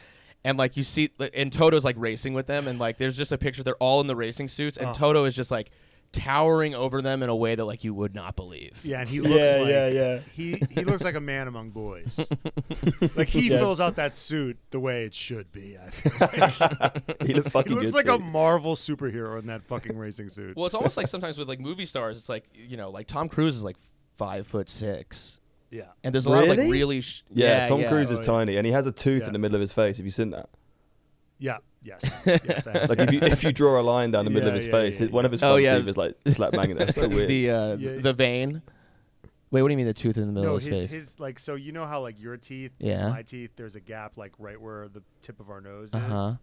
and like you see like, and Toto's like racing with them, and like there's just a picture they're all in the racing suits, and Toto is just like towering over them in a way that like you would not believe.
Yeah, and he looks
Yeah,
like
yeah, yeah.
he he looks like a man among boys. like he
Yeah.
fills out that suit the way it should be. I feel.
He looked fucking
he looks
good
like
to
a
me.
Marvel superhero in that fucking racing suit.
Well, it's almost like sometimes with like movie stars, it's like you know like Tom Cruise is like five foot six,
yeah,
and there's a lot of like
Really?
really sh-
yeah, Tom Cruise
Oh,
is
yeah.
tiny and he has a tooth
Yeah.
in the middle of his face. Have you seen that?
yeah, yes, yes. I have
Like
seen
if you if you draw a line down the middle
Yeah,
of his
yeah,
face,
yeah,
it- one
yeah.
of his
Oh,
front
yeah.
teeth is like slap banging. That's so weird.
the uh,
Yeah.
the vein. Wait, what do you mean the tooth in the
that.
middle
No,
of his,
his,
face?
his like so you know how like your teeth,
Yeah.
my teeth. There's a gap like right where the tip of our nose
Uh-huh.
is.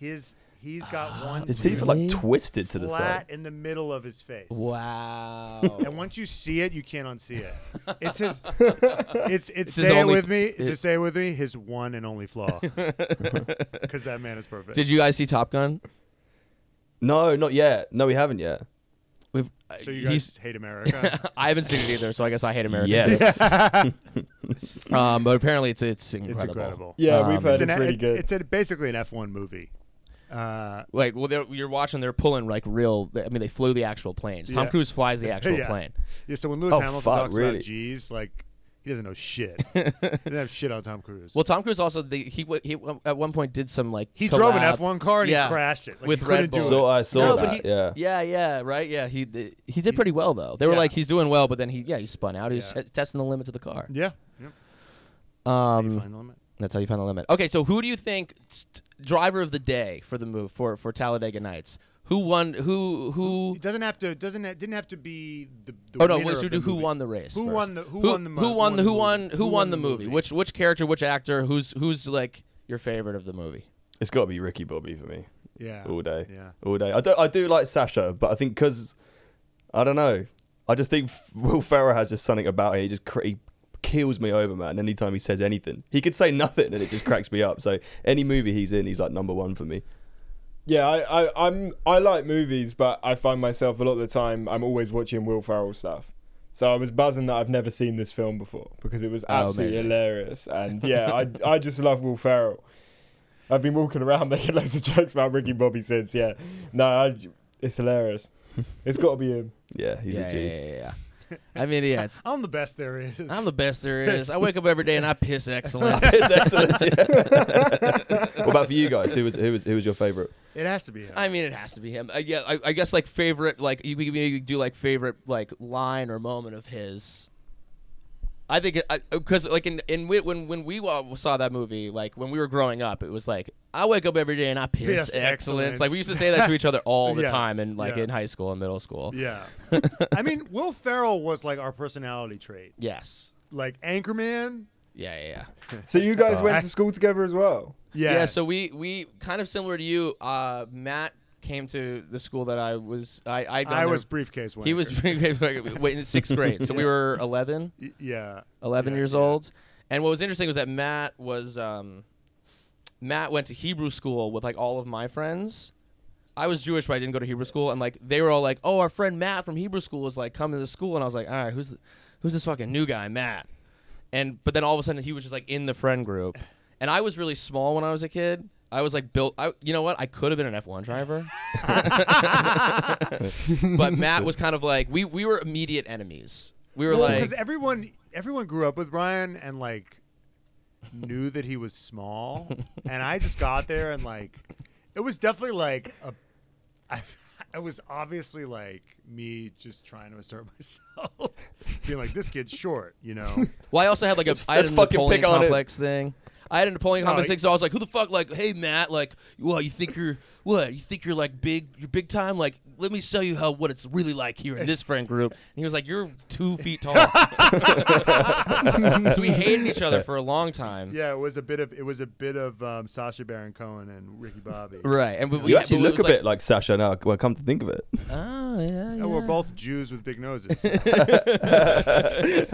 His he's got one
His teeth are
Really?
like twisted to the
flat
side.
in the middle of his face.
Wow.
And once you see it, you can't unsee it. It's his. It's it's,
his
say it
only-
with me.
it-
to say it with me. His one and only flaw. Because that man is perfect.
Did you guys see Top Gun?
No, not yet. No, we haven't yet.
We've,
so you
uh, he's-
guys hate America?
I haven't seen it either, so I guess I hate Americans.
Yes.
Um, but apparently it's it's incredible.
incredible.
Yeah, we've heard
it's
it's,
an,
really
it-
good.
It's a, basically an F1 movie. Uh,
Like, well, they're, you're watching, they're pulling like real. I mean, they flew the actual planes. Tom
Yeah.
Cruise flies the actual
yeah.
plane.
Yeah. So when Lewis
Oh,
Hamilton
fuck,
talks
really?
about G's, like he doesn't know shit. he doesn't have shit on Tom Cruise.
Well, Tom Cruise also the, he w- he w- at one point did some like
he drove an
collab-
F1 car and
Yeah.
he crashed it. Like,
With
he
Red
couldn't do
Bull.
it.
So uh,
No,
I saw
but
that.
he-
yeah.
yeah, yeah, right, yeah. He the, he did pretty well though. They were
Yeah.
like he's doing well, but then he yeah he spun out. He was
Yeah.
t- testing the limits of the car.
Yeah. Yep.
Mm.
That's how you
Um,
find the limit.
That's how you find the limit. Okay, so who do you think st- driver of the day for the move for for Talladega Nights? Who won? Who who?
It doesn't have to. Doesn't it didn't have to be the. the
Oh no,
winner
we
of
should
the
do who
movie.
won the race.
Who
first.
won the- who won the mo-
who won the who won
movie?
who won the movie? Which which character? Which actor? Who's who's like your favorite of the movie?
It's got to be Ricky Bobby for me
Yeah.
all day.
Yeah.
All day. I do I do like Sasha, but I think cuz I don't know. I just think Will Ferrell has just something about it. He just cr- he kills me over, man. Anytime he says anything, he could say nothing, and it just cracks me up. So any movie he's in, he's like number one for me.
Yeah, I, I, I'm I like movies, but I find myself a lot of the time I'm always watching Will Ferrell stuff. So I was buzzing that I've never seen this film before because it was absolutely
Oh, amazing.
hilarious, and yeah, I I just love Will Ferrell. I've been walking around making loads of jokes about Ricky Bobby since. Yeah, no, I, it's hilarious. It's got to be him.
Yeah, he's
yeah,
a
yeah,
G.
yeah, yeah. I mean, yeah, it's,
I'm the best there is.
I'm the best there is. I wake up every day and I piss excellence.
It's excellent. yeah. what about for you guys? Who was who was who was your favorite?
it has to be him.
I mean, it has to be him. Uh, yeah, I, I guess like favorite, like you could maybe do like favorite like line or moment of his. I think because like in in wi- when when we wa- saw that movie, like when we were growing up, it was like I wake up every day and I piss
Piss
excellence.
excellence.
Like we used to say that to each other all the
Yeah,
time, and like
yeah.
in high school and middle school.
yeah. I mean, Will Ferrell was like our personality trait.
Yes.
Like Anchorman.
Yeah, yeah, yeah.
So you guys went
I-
to school together as well.
Yes.
Yeah, so we we kind of similar to you. Uh, Matt came to the school that I was. I I,
I was briefcase wanker.
He was wait, in sixth grade, so we were 11,
Y- yeah.
11
Yeah,
years
yeah.
old. And what was interesting was that Matt was um, Matt went to Hebrew school with like all of my friends. I was Jewish, but I didn't go to Hebrew school, and like they were all like, "Oh, our friend Matt from Hebrew school is like coming to the school," and I was like, "All right, who's th- who's this fucking new guy, Matt?" And but then all of a sudden he was just like in the friend group, and I was really small when I was a kid. I was like built. I, you know what? I could have been an F one driver, but Matt was kind of like we we were immediate enemies. We were like
because everyone everyone grew up with Ryan and like knew that he was small, and I just got there and like it was definitely like a. I, it was obviously like me just trying to assert myself, being like, "This kid's short," you know.
Well, I also had like a I had
let's
a
fucking
Napoleon
pick on it.
complex thing. I had a Napoleon
No,
complex
you-
thing, so I was like, "Who the fuck? Like, hey Matt, like, well, you think you're what? You think you're like big? You're big time? Like, let me show you how what it's really like here in this friend group." And he was like, "You're two feet tall." so we hated each other for a long time.
Yeah, it was a bit of it was a bit of um, Sasha Baron Cohen and Ricky Bobby.
Right, and we, we
You
yeah,
actually
but it
look a
was
bit like Sasha now. Well, come to think of it,
Oh yeah, yeah.
And we're both Jews with big noses.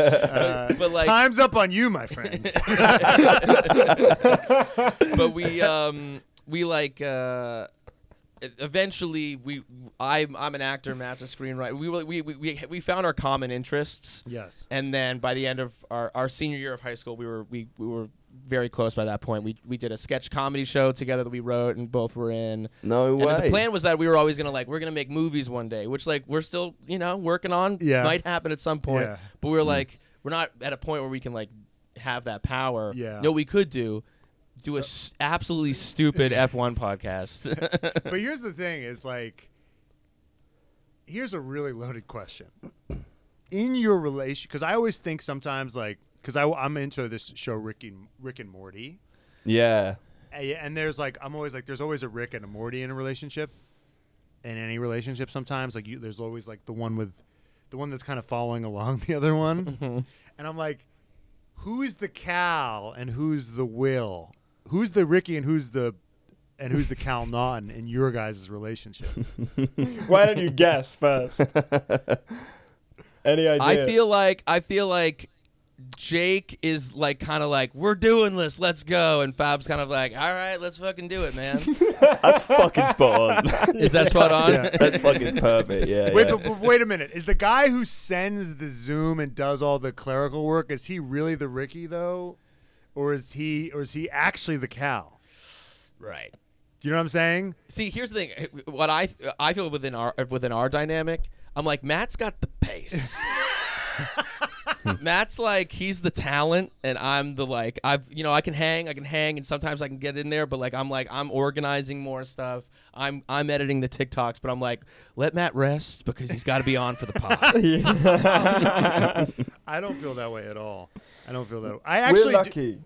Uh,
"Oh, But like,
time's up on you, my friend.
but we um we like uh e- eventually we I'm I'm an actor Matt's a screenwriter we were- we we we, we found our common interests
yes.
and then by the end of our, our senior year of high school we were we, we were very close by that point we we did a sketch comedy show together that we wrote and both were in
no
and
way.
the plan was that we were always gonna like we're gonna make movies one day, which like we're still you know working on.
Yeah.
might happen at some point.
Yeah. Mm.
But we were like we're not at a point where we can like have that power.
Yeah.
No, we could do do a s- absolutely stupid F1 podcast.
but here's the thing is like here's a really loaded question in your relation because i always think sometimes like because i'm into this show rick and, rick and morty
yeah,
and, and there's like i'm always like there's always a rick and a morty in a relationship in any relationship sometimes like you there's always like the one with the one that's kind of following along the other one and i'm like who's the cal and who's the will who's the ricky and who's the and who's the cal naughton in your guys' relationship
Why don't you guess first? Any idea?
I feel like I feel like Jake is like kind of like we're doing this, let's go, and Fab's kind of like all right, let's fucking do it, man.
that's fucking spot on.
Is that spot on?
Yeah.
that's fucking perfect. Yeah.
Wait,
yeah.
but, but wait a minute. Is the guy who sends the Zoom and does all the clerical work is he really the Ricky though, or is he or is he actually the Cal?
Right.
Do you know what I'm saying?
See, here's the thing. What I I feel within our within our dynamic, I'm like Matt's got the pace. Matt's like he's the talent, and I'm the like I've you know I can hang, I can hang, and sometimes I can get in there, but like I'm like I'm organizing more stuff. I'm I'm editing the TikToks, but I'm like let Matt rest because he's got to be on for the pod.
I don't feel that way at all. I don't feel that. I
we're
actually do-
lucky.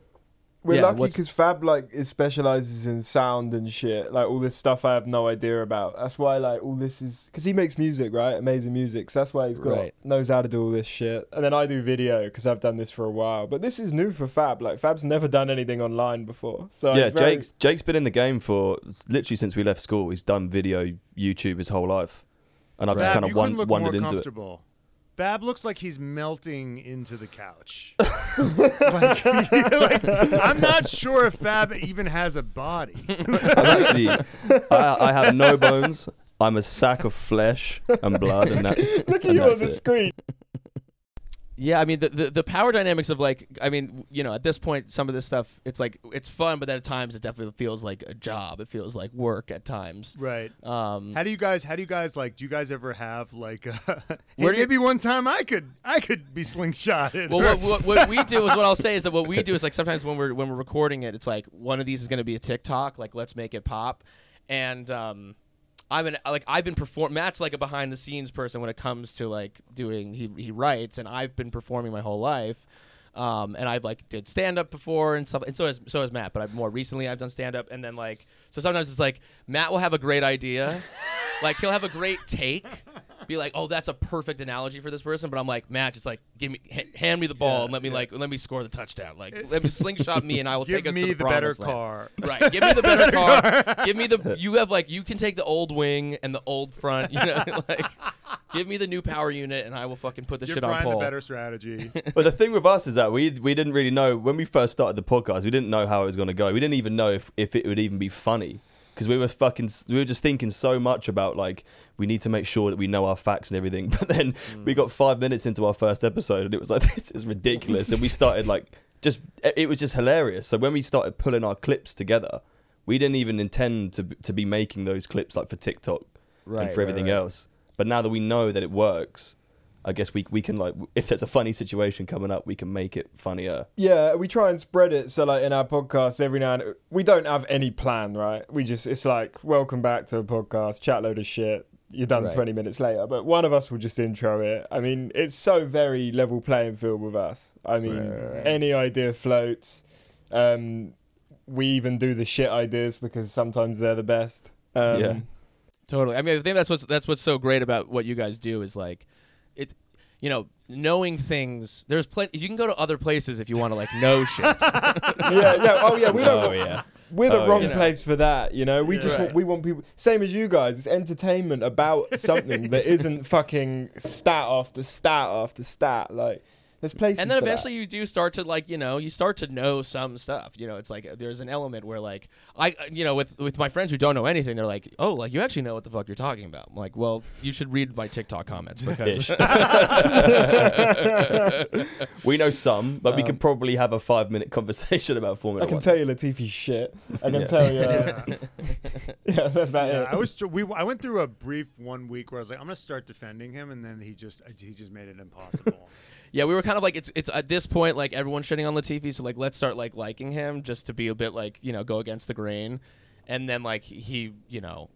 We're
Yeah,
lucky
what's-
because Fab like is specializes in sound and shit, like all this stuff I have no idea about. That's why like all this is because he makes music, right? Amazing music. So that's why he's got
Right.
knows how to do all this shit. And then I do video because I've done this for a while, but this is new for Fab. Like Fab's never done anything online before, so
yeah,
Oh, it's very-
Jake's Jake's been in the game for literally since we left school. He's done video, YouTube his whole life, and I've
Fab,
just kind
you
of
couldn't
wan-
look
wandered
more
into it.
comfortable. Fab looks like he's melting into the couch. like, like, I'm not sure if Fab even has a body.
I'm actually, I, I have no bones. I'm a sack of flesh and blood, and that.
Look at
and
you on
that's
the
it.
screen.
Yeah, I mean the, the the power dynamics of like I mean you know at this point some of this stuff it's like it's fun but then at times it definitely feels like a job it feels like work at times.
Right.
Um,
How do you guys? How do you guys like? Do you guys ever have like? Uh, hey,
Where do you-
maybe one time I could I could be slingshotted.
well,
or-
what, what, what we do is what I'll say is that what we do is like sometimes when we're when we're recording it, it's like one of these is going to be a TikTok, like let's make it pop, and um, I'm an like I've been perform. Matt's like a behind the scenes person when it comes to like doing he he writes, and I've been performing my whole life. Um, and I've like did stand up before and stuff, and so has so has Matt. But I've more recently I've done stand up, and then like so sometimes it's like Matt will have a great idea, like he'll have a great take, be like, "Oh, that's a perfect analogy for this person," but I'm like, "Matt, just like give me, h- hand me the ball and let me like let me score the touchdown. Like let me slingshot me, and I will
give
take us
me
to the,
the, better
promised land."
car.
Right, give me the better car. Give me the you have like you can take the old wing and the old front. You know, like give me the new power unit, and I will fucking put the
Give
shit on
Brian the
pole.
better strategy.
But the thing with us is that we we didn't really know when we first started the podcast. We didn't know how it was going to go. We didn't even know if, if it would even be funny because we were fucking s- we were just thinking so much about like we need to make sure that we know our facts and everything. But then we got five minutes into our first episode and it was like this is ridiculous. and we started like just it was just hilarious. So when we started pulling our clips together, we didn't even intend to b- to be making those clips like for TikTok
Right,
and
right,
for everything
right.
else. But now that we know that it works, I guess we we can like if there's a funny situation coming up, we can make it funnier.
Yeah, we try and spread it. So, like in our podcast, every now and we don't have any plan, right? We just it's like welcome back to the podcast, chat load of shit. You're done
Right.
20 minutes later, but one of us will just intro it. I mean, it's so very level playing field with us. I mean, any idea floats. Um, we even do the shit ideas because sometimes they're the best. Um,
Yeah.
Totally. I mean, I think that's what's that's what's so great about what you guys do is like, it, you know, knowing things. There's plenty. You can go to other places if you want to like know shit.
yeah, yeah. Oh, yeah. We don't.
Oh yeah.
We're the
Oh,
wrong
yeah.
place for that, you know. We just
Right.
want, we want people same as you guys. It's entertainment about something that isn't fucking stat after stat after stat. Like there's places.
and then
for that.
eventually you do start to like you know you start to know some stuff you know it's like uh, there's an element where like i uh, you know with with my friends who don't know anything they're like oh like you actually know what the fuck you're talking about i'm like well you should read my tiktok comments because
Ish. we know some, but we could probably have a five minute conversation about Formula
Um, I can
One.
tell you Latifi's shit. I can
Yeah.
tell you.
Yeah.
yeah, that's about
Yeah,
it.
I was. tr- We I went through a brief one week where I was like, I'm gonna start defending him, and then he just he just made it impossible.
yeah we were kind of like it's it's at this point like everyone's shitting on latifi so like let's start like liking him just to be a bit like you know go against the grain and then like he you know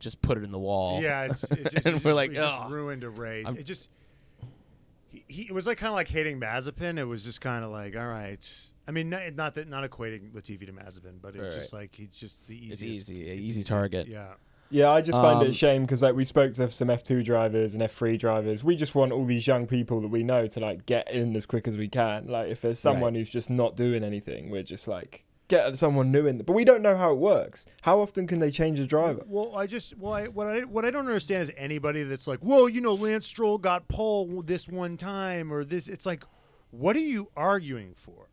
just put it in the wall
Yeah, it's, it just,
And
it
we're
just-
like,
it just
"Ugh."
ruined a race.
I'm-
it just he, he it was like kind of like hating Mazepin. It was just kind of like, all right. I mean, not, not that not equating Latifi to Mazepin, but it's
Right.
just like he's just the
it's
easiest.
easy a easy target
Yeah.
Yeah, I just find it
Um,
a shame because like we spoke to some F2 drivers and F3 drivers. We just want all these young people that we know to like get in as quick as we can. Like if there's someone who's just not doing anything, we're just like get someone new in. But we don't know how it works. How often can they change a driver?
Well, I just well, I, what I what I don't understand is anybody that's like, well, you know, Lance Stroll got pole this one time or this. It's like, what are you arguing for?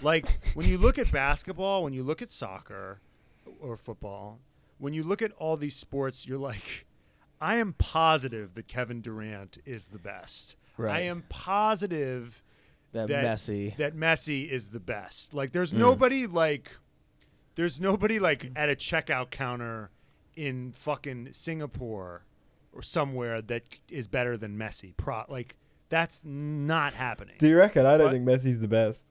Like when you look at basketball, when you look at soccer or football, when you look at all these sports, you're like, I am positive that Kevin Durant is the best. I
Right.
am positive
that, Hmm. messy
that Messi is the best. Like there's nobody like there's nobody like
Mm.
at a checkout counter in fucking Singapore or somewhere that is better than Messi. Pro like that's not happening.
Do you reckon? I don't
What?
think Messi's the best.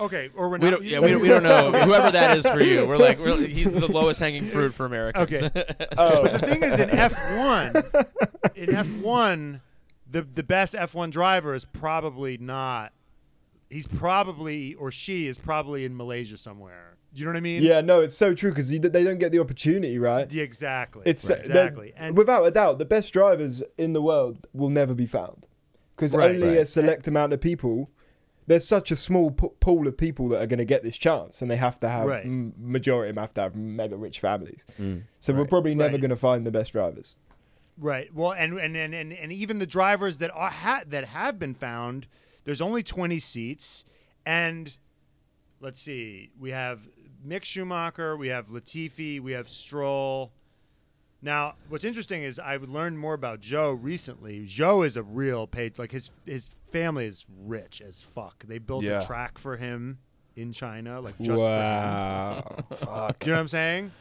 okay, or we're
We
not.
don't, yeah, we, don't- we don't know whoever that is for you. We're like, we're, he's the lowest hanging fruit for Americans.
Okay.
Oh,
the thing is in F1, in F1, the the best F1 driver is probably not he's probably or she is probably in Malaysia somewhere. You know what I mean?
yeah, no, it's so true because they don't get the opportunity, right?
Yeah, Exactly.
It's uh,
Right.
they're-
exactly. And
without a doubt, the best drivers in the world will never be found because
Right.
only a select amount of people. There's such a small p- pool of people that are going to get this chance, and they have to have
Right.
m-
Mm.
majority of them have to have mega rich families. So we're probably never
Right.
going to find the best drivers.
Right. Well, and and and and, and even the drivers that are ha- that have been found, there's only 20 seats, and let's see, we have Mick Schumacher, we have Latifi, we have Stroll. Now, what's interesting is I've learned more about Joe recently. Joe is a real page like his his family is rich as fuck. They built
Yeah.
a track for him in China, like just for him.
Wow. Fuck.
Do you know what I'm saying?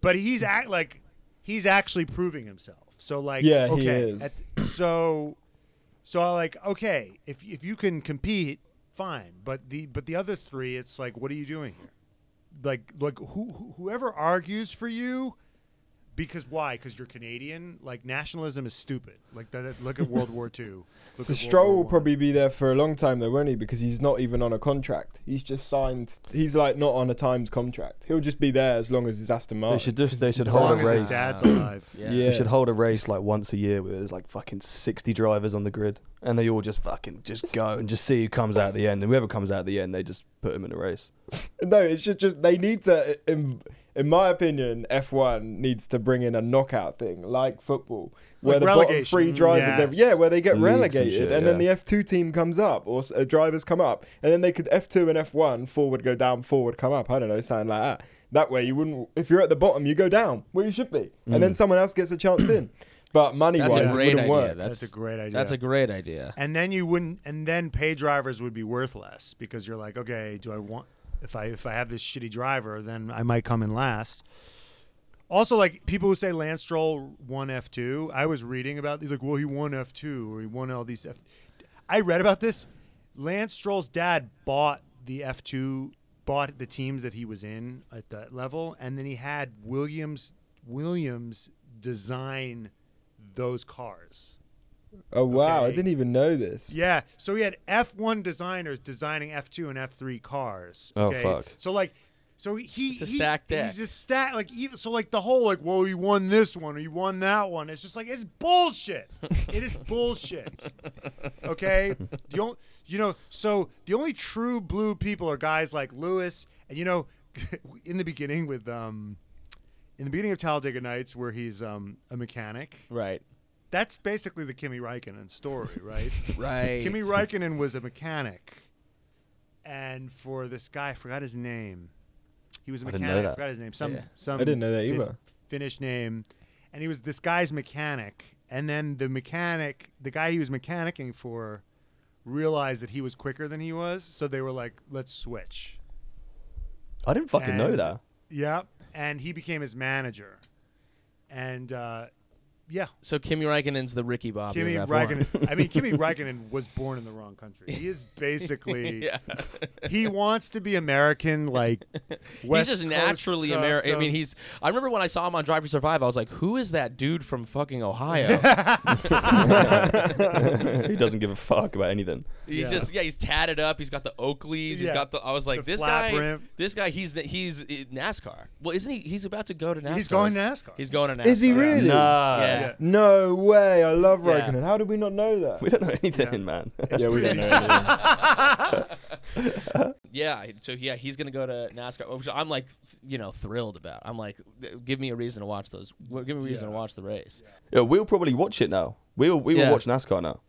But he's act like he's actually proving himself. So like
Yeah, he
okay,
is.
at- so so I like okay, if if you can compete, fine. But the but the other three, it's like what are you doing here? Like like who who- whoever argues for you because why? Because you're Canadian. Like nationalism is stupid. Like that. that- Look at World War II. Look
So
at World
Stroll
War
will
One.
probably be there for a long time though, won't he? Because he's not even on a contract. He's just signed. He's like not on a times contract. He'll just be there as long as his Aston Martin.
They should just they should
as
hold
long
a
as his
race.
dad's alive.
Yeah.
Yeah.
They should hold a race like once a year where there's like fucking sixty drivers on the grid, and they all just fucking just go and just see who comes out at the end, and whoever comes out at the end, they just put him in a race.
No, it should just. They need to. In, in my opinion, F1 needs to bring in a knockout thing like football, where
Like
the bottom
relegation,
three drivers,
yeah.
every, yeah, where they get
Leagues and
relegated,
shit,
and then the
yeah.
F2 team comes up, or s- uh, drivers come up, and then they could F2 and F1 forward go down, forward come up. I don't know, something like that. That way, you wouldn't. If you're at the bottom, you go down where you should be, and then someone else gets a chance in. But money
That's
wise,
a
it
great
wouldn't
idea.
work.
That's,
That's a great idea.
That's a great idea.
and then you wouldn't and then pay drivers would be worth less because you're like okay do i want if i if i have this shitty driver then i might come in last also like people who say lance stroll won f2 i was reading about he's like well he won f2 or he won all these f i read about this lance stroll's dad bought the f2 bought the teams that he was in at that level and then he had williams williams design those cars
Oh wow, I
Okay.
didn't even know this.
yeah. So he had F1 designers designing F2 and F3 cars.
Oh,
Okay?
fuck.
So like, so he
It's a
he-
stacked deck.
he's a stack like even so like the whole like well he won this one or he won that one. It's just like it's bullshit. it is bullshit. Okay. The only you know so the only true blue people are guys like Lewis and you know in the beginning with um in the beginning of Talladega Nights where he's um a mechanic.
Right.
That's basically the Kimi Raikkonen story, right?
Right.
Kimi Raikkonen was a mechanic, and for this guy, I forgot his name. He was a
I didn't know
mechanic. I,
that.
forgot his name. Some
Yeah.
some
I didn't know that
Fin-
either.
Finnish name, and he was this guy's mechanic. And then the mechanic, the guy he was mechanicking for, realized that he was quicker than he was. So they were like, "Let's switch."
I didn't fucking know
And-
that.
Yep. And he became his manager, and uh, yeah,
So Kimi Raikkonen's the Ricky Bobby.
Kimi
of F1.
Raikkonen. I mean, Kimi Raikkonen was born in the wrong country. He is basically
yeah.
he wants to be American, like West
he's just
Coast
naturally
stuff,
American. I
so-
mean, he's. I remember when I saw him on Drive to Survive, I was like, "Who is that dude from fucking Ohio?"
he doesn't give a fuck about anything.
He's
Yeah.
just yeah, he's tatted up. He's got the Oakleys. He's
Yeah.
got the. I was like,
The
this
flat
guy,
rim.
this guy, he's he's uh, NASCAR. Well, isn't he? He's about to go to NASCAR.
He's going to NASCAR.
He's going to NASCAR.
Is he
Yeah.
really?
Nah,
Yeah.
No way. I love
Yeah.
Raikkonen. How did we not know that?
we don't know anything,
Yeah.
man.
yeah, we don't know. anything.
Yeah. So yeah, he's gonna go to NASCAR. Which I'm like, you know, thrilled about. I'm like, th- give me a reason to watch those. w- Give me a reason to watch the race.
yeah, we'll probably watch it now. We'll we will
Yeah.
watch NASCAR now.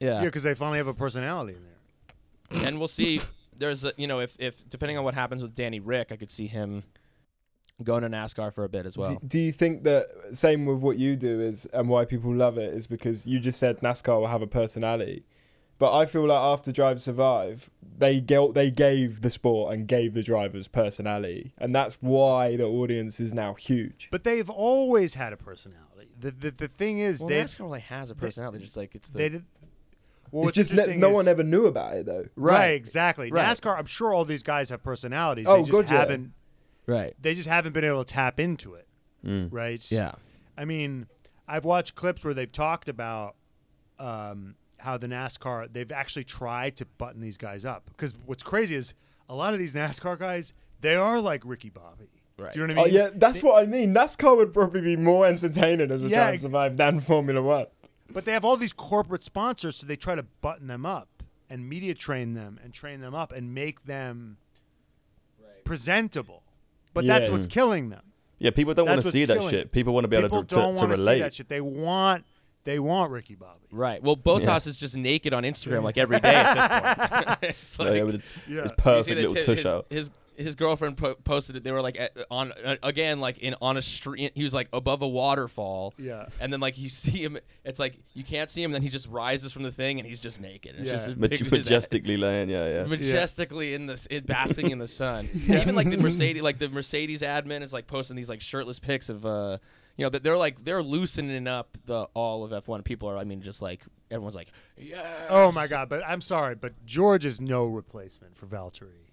yeah, because they finally have a personality in there.
and we'll see. There's, a, you know, if if depending on what happens with Danny Rick, I could see him going to NASCAR for a bit as well.
do, do you think that same with what you do is and why people love it is because you just said NASCAR will have a personality, but I feel like after Drive to Survive they gave, they gave the sport and gave the drivers personality, and that's why the audience is now huge.
But they've always had a personality. The the, the thing is,
well,
they
NASCAR really has a personality. just like it's the
they did. Well, what's
it's just ne-
interesting
no
is-
one ever knew about it though.
Right,
Right.
exactly.
Right.
NASCAR. I'm sure all these guys have personalities.
Oh,
they just
good, yeah.
haven't.
right.
They just haven't been able to tap into it. Right.
Mm. Yeah.
I mean, I've watched clips where they've talked about um, how the NASCAR they've actually tried to button these guys up because what's crazy is a lot of these NASCAR guys they are like Ricky Bobby.
Right.
Do you know
Oh
what I mean?
yeah, that's what I mean. NASCAR would probably be more entertaining as a
Yeah,
Drive to Survive than Formula One.
But they have all these corporate sponsors, so they try to button them up and media train them and train them up and make them presentable. But that's
Yeah.
what's killing them.
Yeah, people don't want
That's
to
what's
see that
killing
shit. People want to be able
People
to, to,
don't
to
wanna see that
relate.
shit. They want they want Ricky Bobby.
Right. Well, Botas
Yeah.
is just naked on Instagram like every day at this point. it's
Like, with his,
Yeah.
his
you see
perfect
the
little
tit-
tush
his,
out.
His his girlfriend po- posted it. They were like at, on uh, again like in on a street. He was like above a waterfall.
Yeah.
And then like you see him. It's like you can't see him. Then he just rises from the thing and he's just naked. It's
Yeah.
just his
Maj-
big- his-
majestically laying, yeah, yeah.
majestically in this it basking in the sun. And even like the Mercedes like the Mercedes admin is like posting these like shirtless pics of uh you know that they're like they're loosening up the all of F1 people are I mean just like everyone's like yeah
Oh my god, but I'm sorry, but George is no replacement for Valtteri.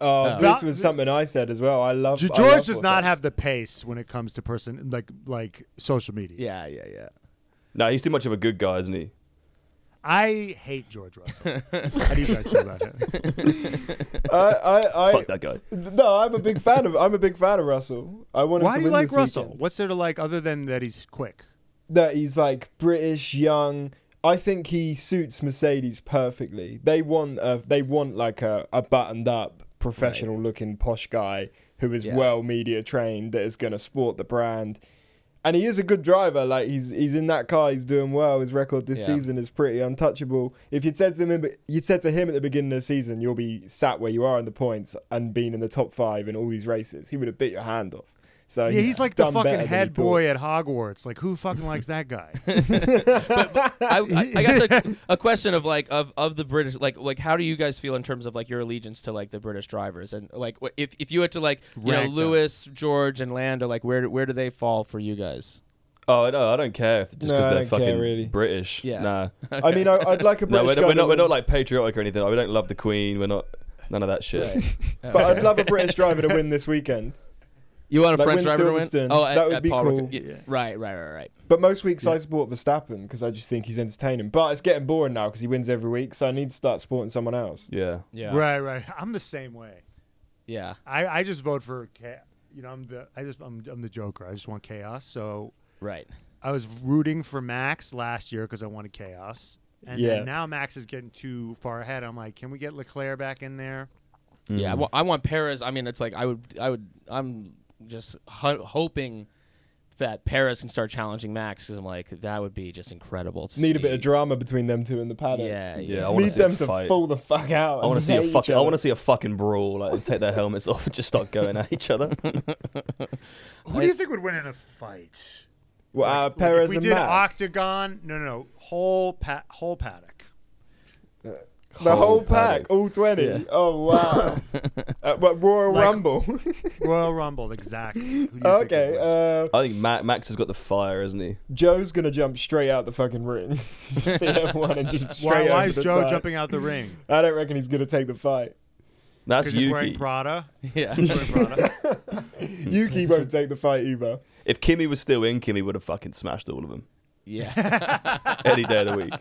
Oh,
Uh,
this
That-
was something I said as well. I love.
G-
I
George
love
does not
Bottas.
have the pace when it comes to person like like social media.
yeah yeah yeah.
No, he's too much of a good guy, isn't he?
I hate George Russell. How do you guys feel about him?
I, I, I,
Fuck that guy.
No, I'm a big fan of. I'm a big fan of Russell. I want him
Why
to
do you
win
like
this
Russell?
weekend.
What's there to like other than that he's quick?
That he's like British, young. I think he suits Mercedes perfectly. They want a, they want like a, a buttoned up, professional looking posh guy who is
Yeah.
well media trained that is going to support the brand. And he is a good driver. Like he's he's in that car. He's doing well. His record this
Yeah.
season is pretty untouchable. If you'd said to him, you'd said to him at the beginning of the season, you'll be sat where you are in the points and being in the top five in all these races. He would have bit your hand off. So
Yeah, he's like the
done better
fucking
than he
head
thought.
boy at Hogwarts. Like who fucking likes that guy?
I, I, I guess a, a question of like of, of the British like like how do you guys feel in terms of like your allegiance to like the British drivers and like wh- if, if you had to like you
Rank them.
know Lewis George and Lando like where where do they fall for you guys?
Oh no, I don't care if just
No, I
because they're
don't care,
fucking
really.
British.
Yeah.
Nah.
I mean, I, I'd like a
no,
British
we're,
guy.
we're
to
not. We're
win-
not like patriotic or anything. Like, we don't love the Queen. We're not none of that shit.
but I'd love a British driver to win this weekend.
You want a
Like
French
win
driver to win?
Silverstone.
at-
That would
at
be
Paul Ricard-
cool.
y- Right, right, right, right.
But most weeks I support Verstappen because I just think he's entertaining. But it's getting boring now because he wins every week, so I need to start supporting someone else.
Yeah.
Yeah.
Right, right. I'm the same way.
Yeah.
I, I just vote for cha- you know I'm the I just I'm, I'm the Joker. I just want chaos. So
Right.
I was rooting for Max last year because I wanted chaos, and
Yeah.
then now Max is getting too far ahead. I'm like, can we get Leclerc back in there?
Mm-hmm.
Yeah. I wa- I want Perez. I mean, it's like I would. I would. I'm just ho- hoping that Perez can start challenging Max because I'm like that would be just incredible. To
Need a bit
see.
of drama between them two in the paddock.
Yeah.
Yeah,
Yeah.
I wanna
Need
see a
them to
fight.
fall the fuck out.
I want to see a
fuck.
fucking. I want to see a fucking brawl. Like, take their helmets off and just start going at each other.
Who do you think would win in a fight?
Well, uh,
Like,
Perez
if we
and
did
Max.
octagon, no, no, no, whole pat, whole paddock.
the whole
Whole
pack,
paddock.
all twenty.
Yeah.
Oh wow! uh, but Royal
Like-
Rumble.
Royal Rumble, exactly. Who do you think would
okay.
win?
Uh,
I think Ma- Max has got the fire, isn't he?
Joe's gonna jump straight out the fucking ring. see everyone and just
why
straight
why
over
is
the
Joe
side.
jumping out the ring?
I don't reckon he's gonna take the fight.
That's
Because he's wearing
Yuki.
Prada.
Yeah.
He's wearing Prada.
Yuki won't take the fight either.
If Kimmy was still in, Kimmy would have fucking smashed all of them
yeah.
any day of the week.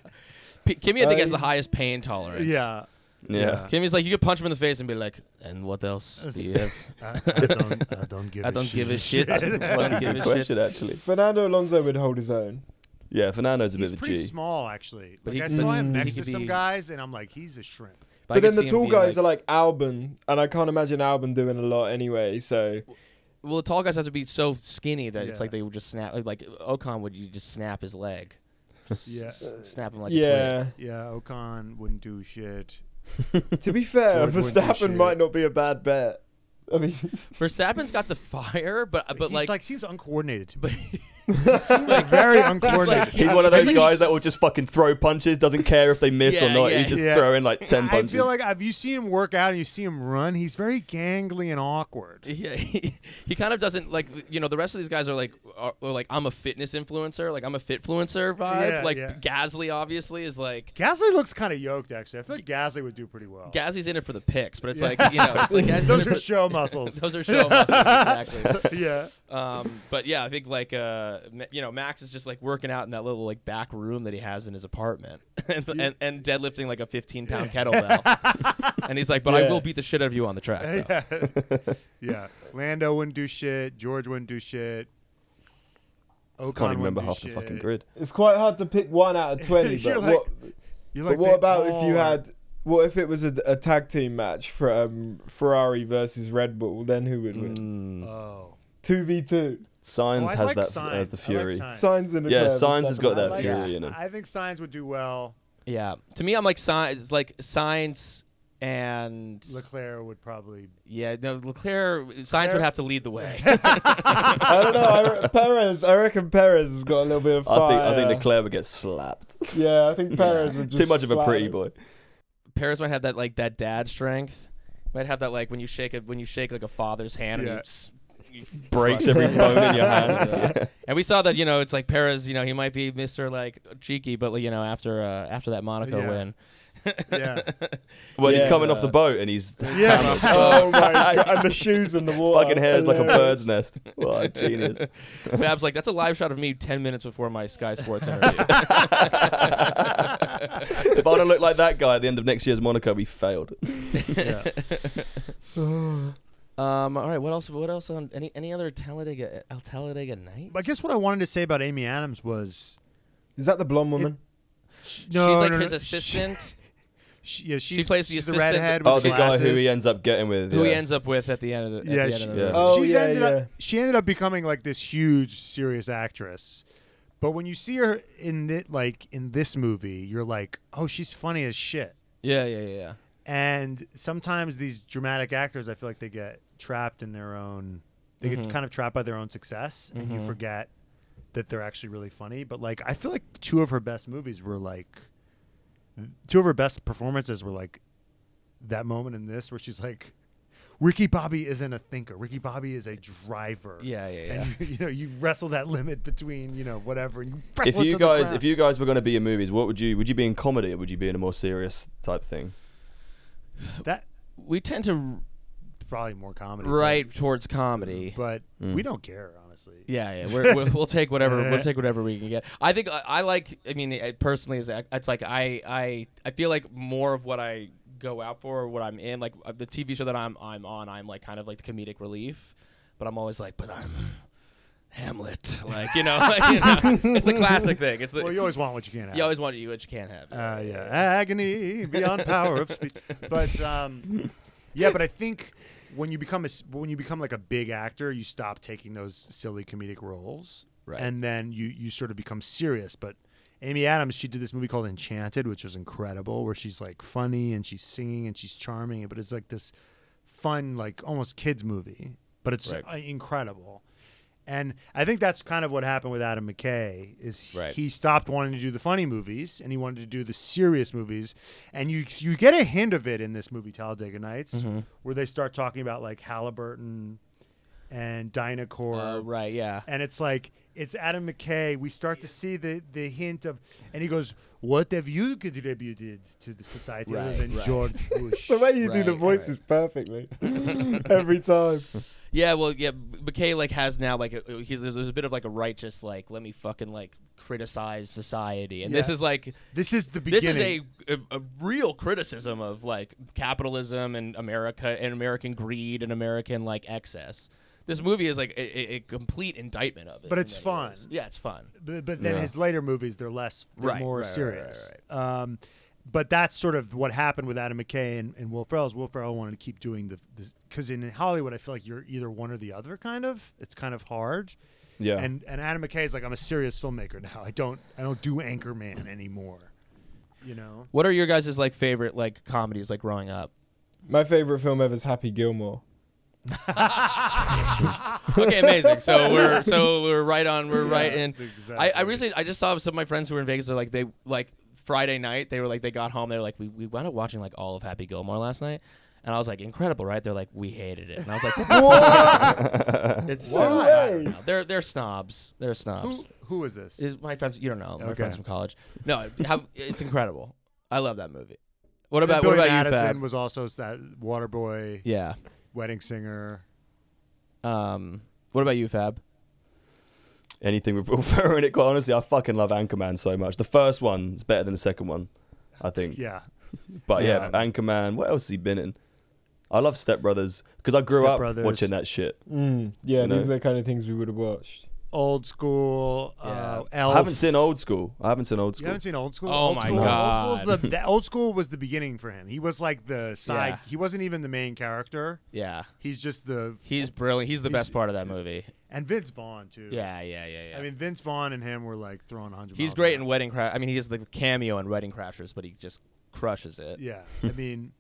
P- Kimmy, I think, has the
I-
highest pain tolerance.
yeah.
Yeah.
Kimmy's like you could punch him in the face and be like, and what else do you have?
I, I don't, I don't give
I
a
don't
shit.
give a shit. I
Fucking
don't give
good
a shit.
question, actually.
Fernando Alonso would hold his own.
Yeah, Fernando's a
He's
bit of a
pretty
G.
small, actually.
But
like,
he
I
could-
saw him
Mm.
next
he
to
could
some
be-
guys, and I'm like, he's a shrimp.
I
But
could
then the
see him
tall
being
guys
like-
are like Albon, and I can't imagine Albon doing a lot anyway. So
Well, the tall guys have to be so skinny that it's
Yeah.
like they would just snap. Like Ocon would, you just snap his leg, just
Yeah.
s- snap him like a
yeah.
Yeah, Ocon wouldn't do shit.
to be fair,
George wouldn't do
Verstappen
shit.
might not be a bad bet. I mean,
twig. Verstappen's got the fire, but but
he's
like,
like, seems uncoordinated to me.
but
Like, very uncoordinated.
He's one of those
He's-
guys that will just fucking throw punches, doesn't care if they miss or
Yeah,
not.
yeah.
He's just
Yeah.
throwing like ten
I
punches.
feel like have you seen him work out and you see him run? He's very gangly and awkward.
yeah, he, he kind of doesn't like you know the rest of these guys are like are, are like I'm a fitness influencer, like I'm a fitfluencer vibe.
Yeah,
like
yeah.
Gasly obviously is like
Gasly looks kind of yoked, actually. I feel like Gasly would do pretty well.
Gasly's in it for the picks, but it's
Yeah.
like you know it's like Gasly's
Those
in it
are show muscles.
for- those are show muscles exactly.
yeah.
Um, but yeah, I think like uh, Ma- you know, Max is just like working out in that little like back room that he has in his apartment, and, and and deadlifting like a 15 pound kettlebell, and he's like, "But I
Yeah.
will beat the shit out of you on the track." though."
Yeah. yeah. Lando wouldn't do shit. George wouldn't do shit. Ocon
Can't even remember
wouldn't
half
do
the fucking
shit.
grid.
it's quite hard to pick one out of twenty.
You're
but
like-
what,
You're
but
like,
what
they
about if you
all are-
had? What if it was a, a tag team match for um, Ferrari versus Red Bull? Then who would win?
Oh.
two v two.
Signs
Oh, I
has
like
that
Signs.
as the
I like
fury.
Signs.
Signs in the
yeah,
crowd and
signs has
stuff
got
like
that
like
fury
that.
in him.
I think signs would do well.
Yeah. To me, I'm like science, like science and
Leclerc would probably.
yeah. No, Leclerc, science would have to lead the way.
I don't know. I re- Perez. I reckon Perez has got a little bit of fire.
I think I think Leclerc would get slapped.
Yeah, I think Perez would just
Too much of a
flat
pretty
it.
boy.
Paris might have that like that dad strength. Might have that like when you shake it when you shake like a father's hand and, you
Yeah.
s-
Breaks every bone in your hand. Yeah.
and we saw that you know it's like Perez you know he might be Mister like cheeky but like, you know after uh, after that Monaco
Yeah.
win
Yeah.
When he's
Yeah.
coming off the boat and he's
Yeah.
Oh my god! And the shoes in the water.
fucking hair's like a
Hilarious.
bird's nest. What a genius.
Fab's like that's a live shot of me ten minutes before my Sky Sports interview.
if I don't look like that guy at the end of next year's Monaco, we failed.
yeah.
um, all right, what else? What else? On any any other Talladega uh, Talladega night?
I guess what I wanted to say about Amy Adams was
Is that the blonde woman?
no,
she's like
no, no,
his
no,
assistant
She, yeah, she's,
plays the
she's the
assistant-
redhead. With
Oh, the guy
glasses.
who he ends up getting with.
who he
yeah.
ends up with at the end of the at
Yeah,
the end
she-
of the
Yeah.
race.
Oh,
she's
yeah,
ended
yeah.
up she ended up becoming like this huge serious actress. But when you see her in it like in this movie, you're like, "Oh, she's funny as shit."
yeah, yeah, yeah, yeah.
And sometimes these dramatic actors, I feel like they get trapped in their own they
Mm-hmm.
get kind of trapped by their own success and you forget that they're actually really funny. But like I feel like two of her best movies were like two of her best performances were like that moment in this where she's like Ricky Bobby isn't a thinker. Ricky Bobby is a driver.
Yeah, yeah,
And you, you know, you wrestle that limit between, you know, whatever and you wrestle
If
it
you
to the
guys,
ground.
if you guys were going to be in movies, what would you? Would you be in comedy or would you be in a more serious type thing?
that
We tend to
probably more comedy. but-
right towards comedy.
But we
Mm.
don't care, honestly.
Yeah, yeah. We're, we'll, we'll take whatever we'll take whatever we can get. I think I, I like. I mean, I, personally, is act- it's like I I I feel like more of what I go out for or what I'm in. Like uh, the TV show that I'm I'm on, I'm like kind of like the comedic relief, but I'm always like, but I'm. Hamlet, like you know, like, you know, it's the classic thing. It's the
Well, you always want what you can't have.
you always want to eat what you can't have.
uh, yeah, agony beyond power of speech. But um, yeah, but I think when you become a s- when you become like a big actor, you stop taking those silly comedic roles,
Right.
and then you you sort of become serious. But Amy Adams, she did this movie called Enchanted, which was incredible, where she's like funny and she's singing and she's charming, but it's like this fun, like almost kids movie, but it's
Right.
uh, incredible. And I think that's kind of what happened with Adam McKay is
Right.
he stopped wanting to do the funny movies and he wanted to do the serious movies. And you you get a hint of it in this movie Talladega Nights
Mm-hmm.
where they start talking about like Halliburton and Dinah
Uh,
Corr
right, yeah.
and it's like it's Adam McKay. We start to see the the hint of, and he goes, "What have you contributed to the society other
Right,
than
right.
George Bush?"
The way you do
Right,
the
right.
voices perfectly every time.
Yeah, well, yeah. McKay like has now like a, he's there's, there's a bit of like a righteous like let me fucking like criticize society, and this
Yeah.
is like
this is the beginning.
this is a, a a real criticism of like capitalism and America and American greed and American like excess. This movie is like a, a- a complete indictment of it.
But
in
it's
many
fun.
ways. Yeah, it's fun.
but, but then
Yeah.
his later movies they're less they're
Right,
more
right, right, right,
serious Um, but that's sort of what happened with adam mckay and, and will ferrell is will ferrell wanted to keep doing the because in hollywood i feel like you're either one or the other kind of it's kind of hard
Yeah.
and and adam mckay is like i'm a serious filmmaker now i don't i don't do anchorman anymore you know
What are your guys' like favorite like comedies like growing up?
My favorite film ever is Happy Gilmore.
okay, amazing. So we're so we're right on. We're right in.
that's
I, I
exactly.
recently I just saw some of my friends who were in Vegas. They're like they like Friday night. They were like they got home. They were like we we wound up watching like all of Happy Gilmore last night. And I was like, incredible, right? They're like, we hated it. And I was like, it's so,
What?
I don't know. They're they're snobs. They're
who,
snobs.
who is this
Is my friends, you don't know. My
Okay.
friends from college. No, it- how, it's incredible. I love that movie. What about
Billy
what about you,
Madison
Fab?
was also that Waterboy
Yeah.
wedding singer.
Um. What about you, Fab?
Anything with Will Ferrell in it. Quite honestly, I fucking love Anchorman so much. The first one is better than the second one, I think.
Yeah,
But yeah,
Yeah.
Anchorman. What else has he been in? I love Step Brothers because I grew
Step
up
Brothers.
watching that shit.
Mm, yeah,
You know?
these are the kind of things we would have watched.
old school. Uh, Elf.
I haven't seen old school. I haven't seen old
You
school.
haven't seen old school.
Oh
old
my
school, Old,
God.
school's the, the old school was the beginning for him. He was like the side.
Yeah.
He wasn't even the main character.
Yeah.
He's just the
He's brilliant. He's the
He's-
best part of that movie.
and Vince Vaughn too.
Yeah, yeah, yeah, yeah.
I mean oh, Vince Vaughn and him were like throwing hundred.
he's great in Wedding Crash. I mean, he is the cameo in Wedding Crashers, but he just crushes it.
Yeah, I mean,